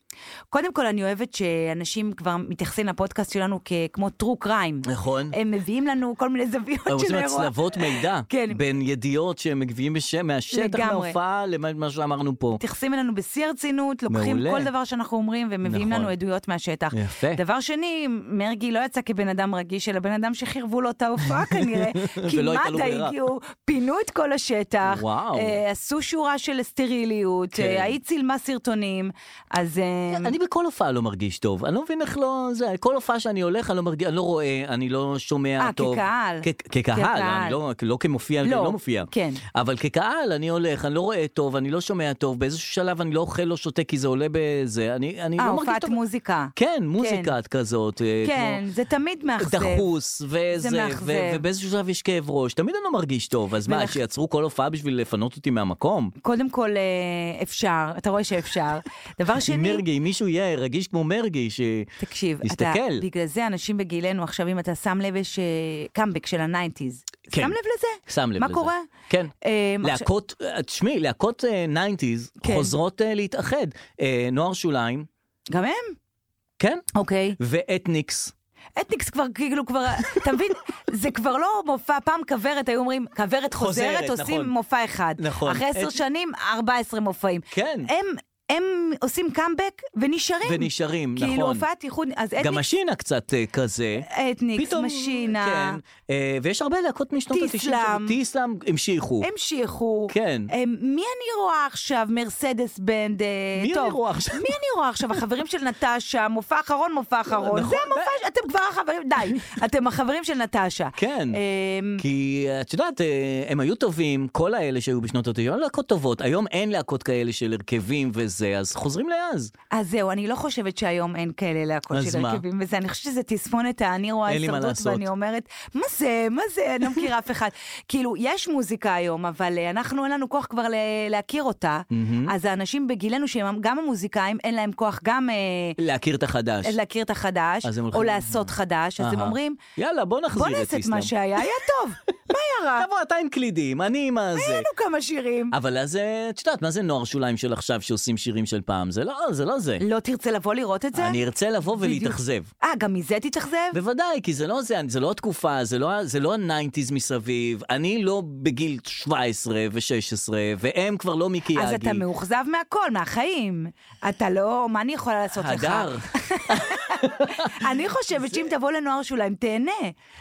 קודם כל, אני אוהבת שאנשים כבר מתייחסים לפודקאסט שלנו כ- כמו טרו קריים. נכון. הם מביאים לנו כל מיני זוויות הם של עושים האירוע. הצלבות מידע כן. בין ידיעות שהם מגיעים בשם- מהשטח, לגמרי. מההופעה, למה מה שאמרנו פה. מתייחסים אלינו בשיא הרצינות, לוקחים מעולה. כל דבר שאנחנו אומרים ומביאים נכון. לנו עדויות מהשטח. יפה. דבר שני, מרגי לא יצא כבן אדם רגיש, אלא בן אדם שחירבו לו את ההופעה כנראה. כי ולא הייתה לו מד"א ברירה. הגיעו, פינו את כל השטח, וואו. אה, עשו שורה של סטריליות, כן. אה, ההיא צילמה סרטונים, אז... אה, אני בכל הופעה לא מרגיש טוב, אני לא מבין איך לא... זה, כל הופעה שאני הולך, אני לא מרגיש, אני לא רואה, אני לא שומע אה, טוב. כקהל. כ- כקהל, כקהל. אני לא, לא כמופיע, אני לא, לא מופיע. כן. אבל כקהל, אני הולך, אני לא רואה טוב, אני לא שומע טוב, באיזשהו שלב אני לא אוכל, לא שותה, כי זה עולה בזה, אני, אני אה, לא מרגיש הופעת טוב. מוזיקה. כן, מוזיקה כזאת. אה, כן, כמו- זה תמיד מאכזב. דחוס, וזה, מאכזב. ו- ובאיזשהו שלב יש כאב ראש, תמיד אני לא מרגיש טוב, אז מה, ולכ- שיצרו כל הופעה בשביל לפנות אותי מהמקום? קודם כל, אה, אפשר, אתה רואה שאפשר. דבר עם שני, מרגי, אם מישהו יהיה רגיש כמו מרגי, ש... תקשיב, אתה, תסתכל. בגלל זה אנשים בגילנו עכשיו, אם אתה שם לב, יש אה, קאמבק של הניינטיז. כן. שם לב לזה? שם לב מה לזה. קורה? כן. אה, עכשיו- להקות, אה, תשמעי, להקות אה, 90's כן. חוזרות אה, להתאחד. אה, נוער שוליים, גם הם? כן, אוקיי. ואתניקס. אתניקס כבר, כאילו, כבר, אתה מבין? זה כבר לא מופע, פעם כוורת, היו אומרים, כוורת חוזרת, חוזרת, עושים נכון. מופע אחד. נכון. אחרי עשר את- שנים, 14 מופעים. כן. הם, הם עושים קאמבק ונשארים. ונשארים, כאילו, נכון. הופעת ייחוד, אז גם אתניקס, משינה קצת אה, כזה. אתניקס, משינה, כן, אה, ויש הרבה להקות משנות ה-90. טיסלאם. טיסלאם המשיכו. המשיכו. כן. אה, מי אני רואה עכשיו? מרסדס בנד. אה, מי טוב. אני רואה עכשיו? מי אני רואה עכשיו? החברים של נטשה, מופע אחרון, מופע אחרון. נכון. זה המופע, ש- אתם כבר החברים, די. אתם החברים של נטשה. כן. אה, כי את יודעת, אה, הם היו טובים, כל האלה שהיו בשנות ה-90, היו להקות טובות. היום אין להקות כאלה של הרכבים וזה, אז חוזרים לאז. אז זהו, אני לא חושבת שהיום אין כאלה להקות אז של מה? הרכבים וזה, אני חושבת שזה תסמונת האני רואה אין לי מה הישרדות, לעשות. ואני אומרת, מה זה, מה זה, אני לא מכירה אף אחד. כאילו, יש מוזיקה היום, אבל אה, אנחנו, אין לנו כוח כבר ל- להכיר אותה, אז האנשים בגילנו שהם גם המוזיקאים, אין להם כוח גם... אה, להכיר את החדש. להכיר את החדש, אז הם הולכים- או לעשות חדש, אז הם אהה. אומרים, יאללה, בוא נחזיר בוא את נעשה את איסלאם. מה שהיה, היה טוב, מה היה רע? תבוא אתה עם קלידים, אני עם הזה. תנו כמה שירים. אבל אז אה, את יודעת, מה זה נוער שוליים של עכשיו שעושים שירים של פעם? זה לא זה. לא זה. לא תרצה לבוא לראות את זה? אני ארצה לבוא ולהתאכזב. אה, גם מזה תתאכזב? בוודאי, כי זה לא זה, זה לא התקופה, זה לא, ה- זה לא הניינטיז מסביב, אני לא בגיל 17 ו-16, והם כבר לא מיקי יגי. אז אתה מאוכזב מהכל, מהחיים. אתה לא, מה אני יכולה לעשות לך? הדר. אני חושבת שאם תבוא לנוער שוליים, תהנה.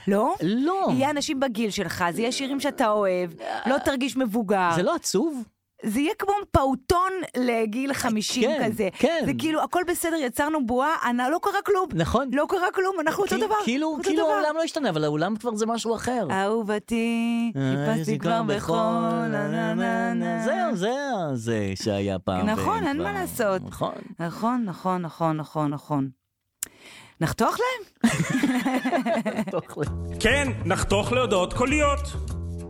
לא? לא. יהיה אנשים בגיל שלך, זה יהיה שירים שאתה אוהב, לא תרגיש מבוגר. זה לא עצוב? זה יהיה כמו פעוטון לגיל 50 כן, כזה. כן. זה כאילו, הכל בסדר, יצרנו בועה, אני- לא קרה כלום. נכון. לא קרה כלום, אנחנו אותו כי- דבר. כאילו, אותו כאילו דבר. העולם לא השתנה, אבל העולם כבר זה משהו אחר. אהובתי, אה, חיפשתי כבר בכל... נה, נה, נה, נה. זהו, זהו, זה שהיה פעם. נכון, ואין אין מה כבר. לעשות. נכון. נכון, נכון, נכון, נכון, נכון. נחתוך להם? כן, נחתוך להודעות קוליות.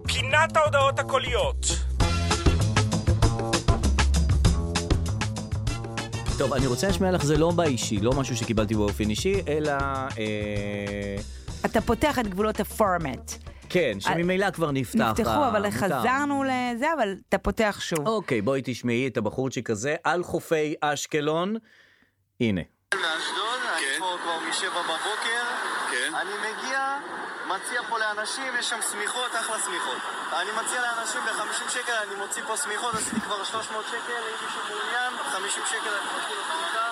פינת ההודעות הקוליות. טוב, אני רוצה להשמיע לך, זה לא באישי, לא משהו שקיבלתי באופן אישי, אלא... אה, אתה פותח את גבולות הפורמט. כן, שממילא כבר נפתח. נפתחו, אבל המותר. חזרנו לזה, אבל אתה פותח שוב. אוקיי, בואי תשמעי את הבחורצ'יק הזה על חופי אשקלון. הנה. אה. לאשדוד, כן. אני פה כבר משבע בבוקר. כן. אני מגיע, מציע פה לאנשים, יש שם שמיכות, אחלה שמיכות. אני מציע לאנשים ב-50 שקל, אני מוציא פה שמיכות, עשיתי כבר 300 שקל, אם מישהו מעוניין, 50 שקל אני מוציא לו שמיכה,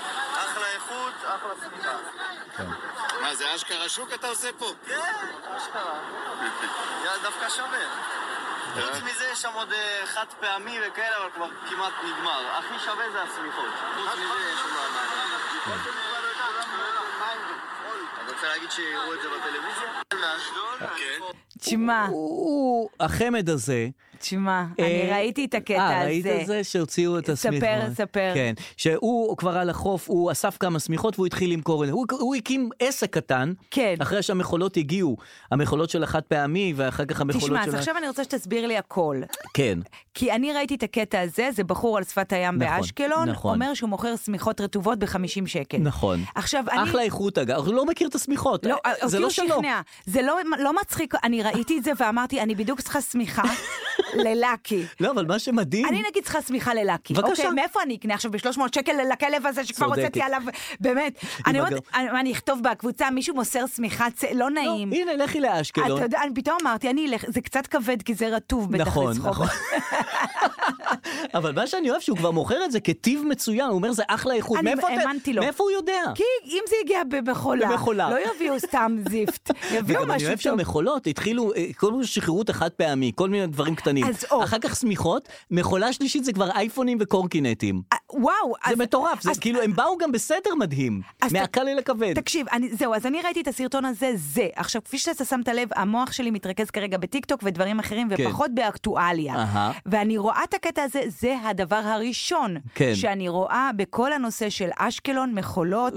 אחלה איכות, אחלה שמיכה. מה זה אשכרה שוק אתה עושה פה? כן, אשכרה. יאללה, דווקא שווה. חוץ מזה יש שם עוד אה, חד פעמי וכאלה, אבל כבר כמעט נגמר. הכי שווה זה השמיכות. חוץ מזה יש שם אני רוצה להגיד שיראו את זה בטלוויזיה. כן. תשמע, אה, הוא- החמד הזה, תשמע, אה, אני ראיתי את הקטע הזה. אה, ראית את זה שהוציאו את ספר, השמיכות? ספר. כן, שהוא כבר על החוף, הוא אסף כמה שמיכות והוא התחיל למכור את זה. הוא- הוא הקים עסק קטן. כן. אחרי שהמכולות הגיעו, המכולות של החד פעמי, ואחר כך המכולות של... תשמע, אז ה- עכשיו אני רוצה שתסביר לי הכל. כן. כי אני ראיתי את הקטע הזה, זה בחור על שפת הים נכון, באשקלון, נכון. אומר שהוא מוכר שמיכות רטובות ב-50 שקל. נכון. כן. עכשיו, אני... אחלה איכות אגב, הוא לא מכיר את השמיכות, לא, אה, זה אותי לא הוא שלו. שכנע. זה לא, לא מצחיק, אני ראיתי את זה ואמרתי, אני בדיוק צריכה שמיכה ללאקי. לא, אבל מה שמדהים, אני נגיד צריכה שמיכה ללאקי. בבקשה. אוקיי, מאיפה אני אקנה עכשיו ב-300 שקל לכלב הזה שכבר צודקת. הוצאתי עליו, באמת. אני אומרת, הגר- אני- אני אכתוב בקבוצה, מישהו מוסר שמיכה, צ- לא לא, כן, נעים. הנה, לכי לאשקלון. אתה יודע, אני פתאום אמרתי, אני אלך, זה קצת כבד כי זה רטוב בטח נכון, לסחוב. נכון. אבל מה שאני אוהב שהוא כבר מוכר את זה כטיב מצוין, הוא אומר זה אחלה איכות. אני מאיפה אתה- האמנתי לו. מאיפה הוא יודע? כי אם זה הגיע במחולה, במחולה. לא יביאו סתם זיפט, יביאו וגם אני לא, משהו אוהב טוב. שהמכולות התחילו, אה, כל מיני שחררו את החד פעמי, כל מיני דברים קטנים. אז או. אחר כך שמיכות, מכולה שלישית זה כבר אייפונים וקורקינטים. אה, וואו, זה אז- מטורף, זה אז- אה, כאילו הם באו גם בסדר מדהים, אז ת- מהקל אל הכבד. תקשיב, אני, זהו, אז אני ראיתי את הסרטון הזה, זה. עכשיו, כפי שאתה שמת לב, המוח שלי מתרכז כרגע בטיקטוק ודברים אחרים, כן. ופחות באקטואליה. אהה. ואני רואה את הקטע הזה, זה הדבר הראשון כן. שאני רואה בכל הנושא של אשקלון, מכולות.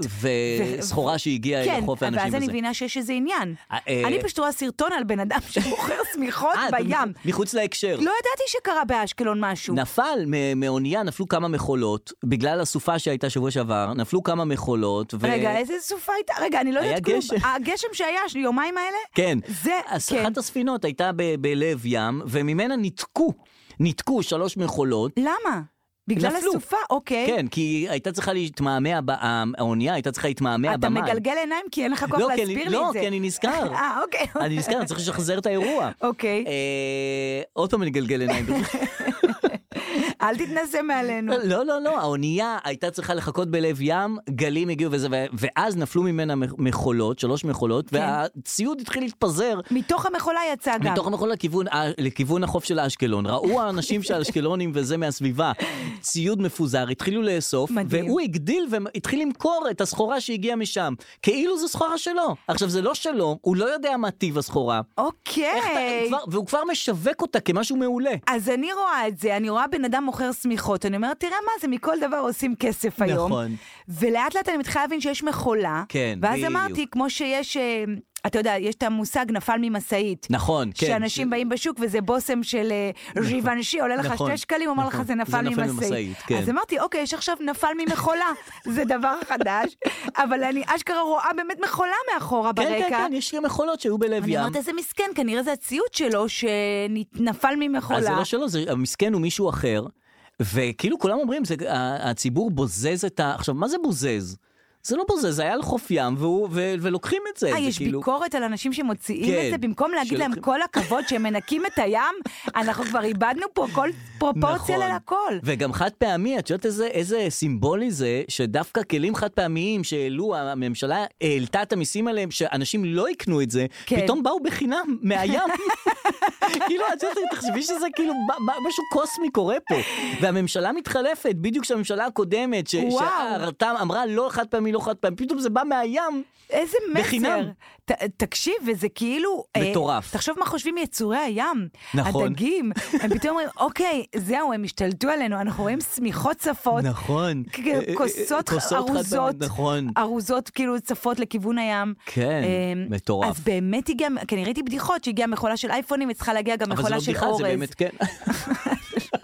וסחורה שהגיעה אל כן, החוף האנשים ואז וזה. אני מבינה שיש איזה עניין. אה, אה. אני פשוט רואה סרטון על בן אדם שמוכר שמיכות אה, בים. מחוץ להקשר. לא ידעתי שקרה באשקלון משהו. נפל מ- מאונייה, נפלו כמה מכולות, בגלל הסופה שהייתה שבוע שעבר, נפלו כמה מכולות. ו... רגע, איזה סופה הייתה? רגע, אני לא היה יודעת כלום. גשם. הגשם שהיה, של יומיים האלה? כן. זה, אז כן. אחת הספינות הייתה ב- בלב ים, וממנה ניתקו, ניתקו שלוש מכולות. למה? בגלל נפלו. הסופה? אוקיי. כן, כי הייתה צריכה להתמעמע, ב- האונייה הייתה צריכה להתמעמע אתה במים. מגלגל עיניים כי אין לך כוח לא, כי להסביר אני- לי את לא, זה. כי אני נזכר. אה, אוקיי. אני נזכר, אני צריך לשחזר את האירוע. אוקיי. אה, עוד פעם אני אגלגל עיניים. אל תתנסה מעלינו. לא, לא, לא, האונייה הייתה צריכה לחכות בלב ים, גלים הגיעו וזה, ו- ואז נפלו ממנה מ- מכולות, שלוש מכולות, כן. והציוד התחיל להתפזר. מתוך המכולה יצא גם. מתוך המכון לכיוון, אה, לכיוון החוף של אשקלון, ראו האנשים של אשקלונים וזה מהסביבה, ציוד מפוזר, התחילו לאסוף, מדהים. והוא הגדיל והתחיל למכור את הסחורה שהגיעה משם, כאילו זו סחורה שלו. עכשיו, זה לא שלו, הוא לא יודע מה טיב הסחורה, איך אתה- אוקיי. כבר- והוא כבר משווק אותה כמשהו מעולה. אז אני רואה את זה, אני רואה בן אדם מוכר שמיכות, אני אומרת, תראה מה זה, מכל דבר עושים כסף היום. נכון. ולאט לאט אני מתחילה להבין שיש מכולה. כן, ואז בדיוק. אמרתי, כמו שיש, אה, אתה יודע, יש את המושג נפל ממשאית. נכון, כן. שאנשים באים בשוק וזה בושם של אה, ז'יוונשי, עולה לך נכון, שתי שקלים, אומר נכון. לך זה זה נפל נפל ממשאית. ממשאית, כן. אז אמרתי, אוקיי, יש עכשיו נפל ממכולה, זה דבר חדש, אבל אני אשכרה רואה באמת מכולה מאחורה כן, ברקע. כן, כן, יש גם מכולות שהיו בלב אני ים. אומרת, איזה מסכן, כנראה זה הציוד שלו שנפל אז זה ממכולה. לא שלו, זה, המסכן הוא מישהו אחר, וכאילו כולם אומרים, זה, ה- הציבור בוזז את ה... עכשיו, מה זה בוזז? זה לא בוזז, זה היה על חוף ים, והוא, ו, ולוקחים את זה. אה, זה יש כאילו... ביקורת על אנשים שמוציאים כן, את זה, במקום להגיד להם שלוקחים- כל הכבוד שהם מנקים את הים, אנחנו כבר איבדנו פה כל פרופורציה נכון. לכל. וגם חד פעמי, את יודעת איזה, איזה סימבולי זה, שדווקא כלים חד פעמיים שהעלו, הממשלה העלתה את המיסים עליהם, שאנשים לא יקנו את זה, כן. פתאום באו בחינם מהים. כאילו, את יודעת, תחשבי שזה כאילו ב- ב- משהו קוסמי קורה פה. והממשלה מתחלפת, בדיוק כשהממשלה הקודמת, ש- וואו. שהרתם אמרה לא חד פעמי, לא חד פעמי, פתאום זה בא מהים. איזה מסר. בחינם. ת, תקשיב, וזה כאילו... אה, מטורף. תחשוב מה חושבים יצורי הים. נכון. הדגים. הם פתאום אומרים, אוקיי, זהו, הם השתלטו עלינו, אנחנו רואים שמיכות צפות. נכון. אה, כ- כוסות כוסות חד פעמי, ארוזות, נכון. ארוזות כאילו צפות לכיוון הים. כן, אה, מטורף. אז באמת הגיע, כי אני ראיתי בדיחות שהגיעה מכולה של אייפונים, היא צריכה להגיע גם אבל זה מכולה לא של בדיחה, אורז. זה באמת, כן.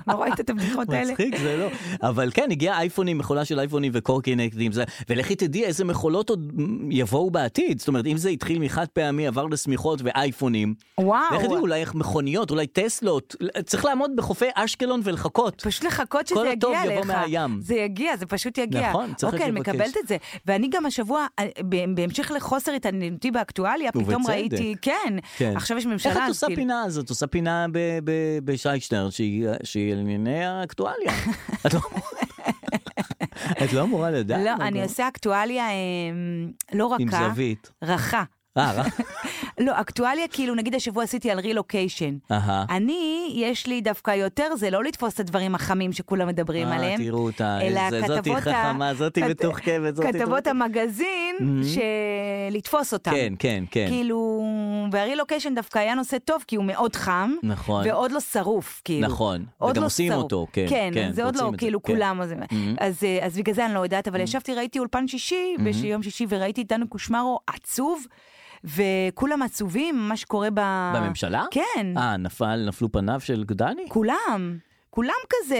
לא ראית את הבדיחות האלה? מצחיק זה לא אבל כן הגיע אייפונים מכולה של אייפונים וקורקינטים זה ולכי תדעי איזה מכולות עוד יבואו בעתיד זאת אומרת אם זה התחיל מחד פעמי עבר לשמיכות ואייפונים. אה, וואו. לכי תדעי אולי איך מכוניות אולי טסלות צריך לעמוד בחופי אשקלון ולחכות. פשוט לחכות שזה כל יגיע אליך. הטוב יבוא מהים. זה יגיע, זה פשוט יגיע. נכון, צריך אוקיי, אני לבקש. מקבלת את זה. ואני גם השבוע, אה, ב- בהמשך לחוסר התעניינותי באקטואליה, פתאום ובצדק. ראיתי, כן, כן. עכשיו יש ממשלה. איך את אז עושה כאילו- פינה אז את עושה פינה ב- ב- בשיישטר שהיא שהיא על ענייני האקטואליה. את לא אמורה- את לא אמורה לדעת. לא, אבל- אני עושה אקטואליה אמ, לא רכה. עם זווית. רכה. אה, רק- לא, אקטואליה כאילו, נגיד השבוע עשיתי על רילוקיישן. אהה. אני, יש לי דווקא יותר זה לא לתפוס את הדברים החמים שכולם מדברים אה, עליהם. תראו אותה, אלא איזה- זאתי כתבות ה- חכמה, זאתי כת- מתוחכמת, זאתי כתבות מתוחכמת. המגזין, שלתפוס אותם. כן, כן, כן. כאילו, והרילוקיישן דווקא היה נושא טוב, כי הוא מאוד חם. נכון. ועוד לא שרוף, כאילו. נכון, עוד וגם לא עושים שרוף. אותו, כן, כן, כן, זה עוד רוצים את לא, זה, כאילו, כן. כולם. אז- אז אה, אז בגלל זה אני לא יודעת, אבל ישבתי, ראיתי אולפן שישי, ביום שישי, וראיתי את דנו קושמרו עצוב, וכולם עצובים, מה שקורה ב... בממשלה? כן. אה, נפל, נפלו פניו של גדני? כולם. כולם כזה,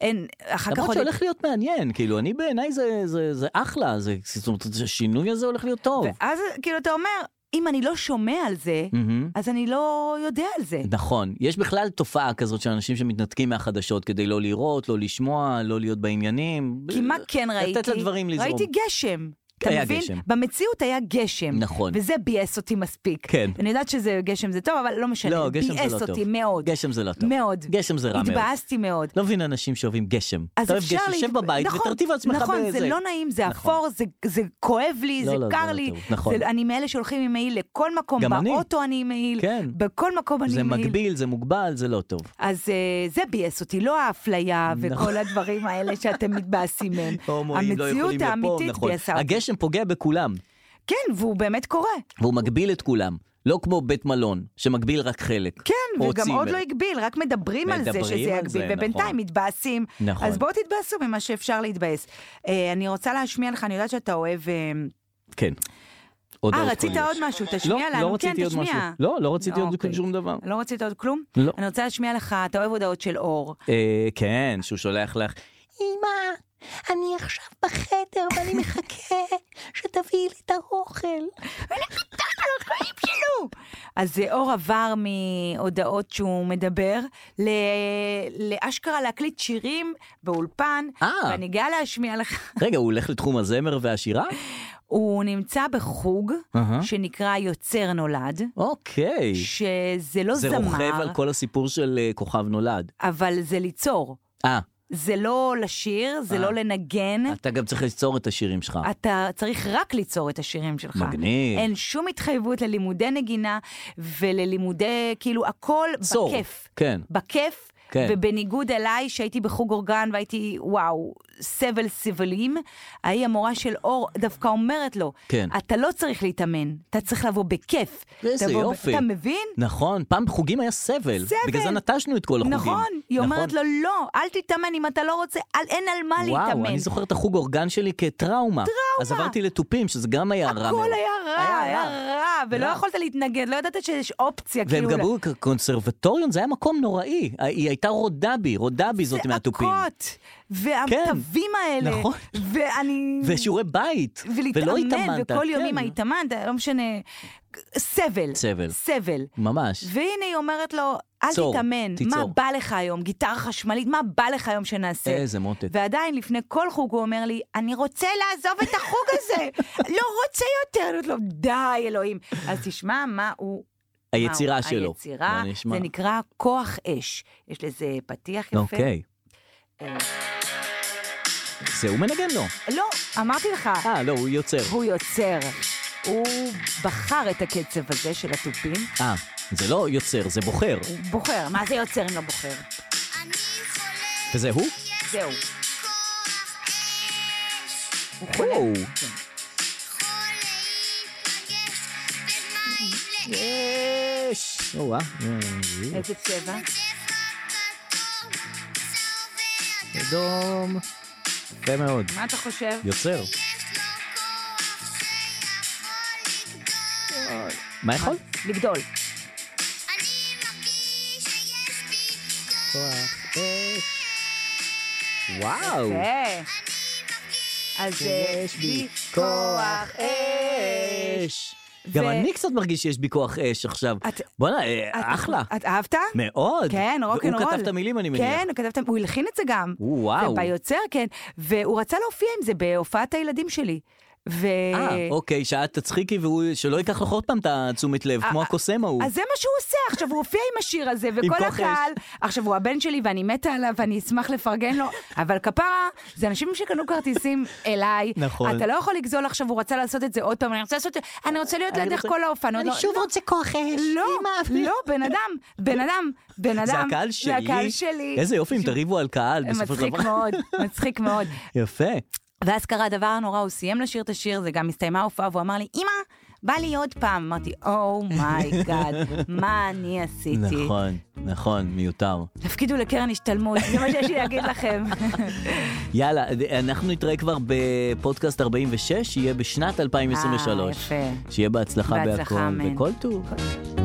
אין, אחר כך למרות עוד... שהולך להיות מעניין, כאילו, אני בעיניי זה- זה- זה אחלה, זה- זאת אומרת, השינוי הזה הולך להיות טוב. ואז כאילו אתה אומר, אם אני לא שומע על זה, מהמם. אז אני לא יודע על זה. נכון, יש בכלל תופעה כזאת של אנשים שמתנתקים מהחדשות כדי לא לראות, לא לשמוע, לא להיות בעניינים. כי מה כן ראיתי? לתת לדברים לזרום. ראיתי גשם. אתה היה מבין? גשם. במציאות היה גשם. נכון. וזה ביאס אותי מספיק. כן. אני יודעת שזה גשם זה טוב, אבל לא משנה. לא, גשם זה ביאס לא טוב. אותי מאוד. גשם זה לא טוב. מאוד. גשם זה רע מאוד. התבאסתי מאוד. לא מבין אנשים שאוהבים גשם. אז אתה אוהב אפשר גשם, להת- שב בבית נכון, ותרטיב על עצמך נכון, בזה. זה לא נעים, זה נכון. אפור, זה, זה כואב לי, לא, זה לא, זה קר לא לי. טוב, נכון. זה, אני מאלה שהולכים עם מעיל לכל מקום, גם אני. באוטו אני עם מעיל, כן. בכל מקום אני זה עם מעיל. מגביל, זה מוגבל, זה לא טוב. אז אה, זה ביאס אותי, לא האפליה וכל הדברים האלה שאתם מתבאסים מהם. נכון. הומואים לא יכולים המציאות לפה, האמיתית נכון. ביאסה אותי. הגשם פוגע בכולם, כן, והוא באמת קורה. והוא מגביל את כולם. לא כמו בית מלון, שמגביל רק חלק. כן, או וגם עוד צימר. לא הגביל, רק מדברים על זה מדברים שזה על זה, יגביל, נכון. ובינתיים מתבאסים. נכון. אז בואו תתבאסו ממה שאפשר להתבאס. אה, אני רוצה להשמיע לך, אני יודעת שאתה אוהב... אה, כן. עוד לא אה, עוד רצית דברים. עוד משהו, תשמיע לא, לא לנו, כן, רציתי עוד משהו. תשמיע. לא, לא רציתי עוד אוקיי. שום דבר. לא רצית עוד כלום? לא. אני רוצה להשמיע לך, אתה אוהב הודעות של אור. אה, כן, שהוא שולח לך. אמא, אני עכשיו בחדר ואני מחכה שתביאי לי את האוכל. כאילו. אז אה, אור עבר מהודעות שהוא מדבר, ל- לאשכרה להקליט שירים באולפן, אה. ואני גאה להשמיע לך. רגע, הוא הולך לתחום הזמר והשירה? הוא נמצא בחוג אהה. שנקרא יוצר נולד, אוקיי. שזה לא זה רוכב זמר, על כל הסיפור של אה, כוכב נולד. אבל זה ליצור. אה, זה לא לשיר, זה אה. לא לנגן. אתה גם צריך ליצור את השירים אה, שלך. אתה צריך רק ליצור את השירים שלך. מגניב. אין שום התחייבות ללימודי נגינה וללימודי, כאילו, הכל צור, בכיף. כן. בכיף. כן. ובניגוד אליי, שהייתי בחוג אורגן והייתי, וואו, סבל סבלים, ההיא המורה של אור דווקא אומרת לו, כן. אתה לא צריך להתאמן, אתה צריך לבוא בכיף. איזה תבוא ב- יופי. אתה מבין? נכון, פעם חוגים היה סבל. סבל. בגלל זה נטשנו את כל החוגים. נכון, היא אומרת לו, לא, אל תתאמן אם אתה לא רוצה, אל, אין על מה להתאמן. וואו, אני זוכר את החוג אורגן שלי כטראומה. טראומה. אז עברתי לתופים, שזה גם היה רע מאוד. הכל היה רע, היה רע, ולא רע. יכולת להתנגד, לא ידעת שיש אופציה, והם כאילו. גם היו קונסרבטוריון, זה היה מקום נוראי. היא הייתה רודבי, רודבי זאת מהתופים. צעקות, והתווים האלה. נכון. ואני... ושיעורי בית, ולא ולהתאמן, התאמנת. וכל כן. יום אם התאמנת, לא משנה. סבל. סבל. סבל. ממש. והנה היא אומרת לו, אל צור, תתאמן, תיצור. מה בא לך היום? גיטרה חשמלית, מה בא לך היום שנעשה? איזה מותק. ועדיין, לפני כל חוג הוא אומר לי, אני רוצה לעזוב את החוג הזה, לא רוצה יותר. אני אומרת לו, די, אלוהים. אז תשמע מה הוא... מה הוא- היצירה שלו. היצירה, בוא נשמע. זה נקרא כוח אש. יש לזה פתיח יפה. אוקיי. אה, זה הוא מנגן לו. לא, אמרתי לך, אה, לא, הוא יוצר. הוא יוצר. הוא בחר את הקצב הזה של התופים. אה, זה לא יוצר, זה בוחר. הוא בוחר, מה זה יוצר אם לא בוחר? וזה הוא? זהו. הוא חולה. וואו. יש! או, אה, איזה צבע? אדום. יפה מאוד. מה אתה חושב? יוצר. מה יכול? לגדול. כוח אש. וואו. יפה. אז יש בי כוח אש. גם ו- אני קצת מרגיש שיש בי כוח אש עכשיו. את- בואנה, אה, את- אחלה. את אהבת? מאוד. כן, רוקנרול. והוא כתב את המילים, אני מניח. כן, הוא כתב את המילים, הוא הלחין את זה גם. וואו. וביוצר, כן. והוא רצה להופיע עם זה בהופעת הילדים שלי. ו... אה, אוקיי, שאת תצחיקי והוא, שלא ייקח לך עוד פעם את התשומת לב, כמו אה, הקוסם ההוא. אז זה מה שהוא עושה, עכשיו הוא הופיע עם השיר הזה, וכל כוח אש. הקהל, עכשיו הוא הבן שלי ואני מתה עליו ואני אשמח לפרגן לו, אבל כפרה, זה אנשים שקנו כרטיסים אליי, נכון. אתה לא יכול לגזול עכשיו, הוא רצה לעשות את זה עוד פעם, אני רוצה לעשות את זה, אני רוצה להיות אני לידך רוצה- כל האופן, אני שוב רוצה כוח אש. לא, אמא, לא, בן אדם, בן אדם, בן אדם, זה הקהל שלי. זה הקהל שלי, איזה יופי אם תריבו על קהל בסופו של אה, מצחיק דבר. מאוד, מצחיק מאוד, יפה. ואז קרה הדבר הנורא, הוא סיים לשיר את השיר, זה גם הסתיימה ההופעה, והוא אמר לי, אמא, בא לי עוד פעם. אמרתי, אומייגאד, מה אני עשיתי? נכון, נכון, מיותר. תפקידו לקרן השתלמות, זה מה שיש לי להגיד לכם. יאללה, אה, אנחנו נתראה כבר בפודקאסט 46, שיהיה בשנת 2023. אה, יפה. שיהיה בהצלחה בהצלחה, בהכל, אמן. וכל טוב.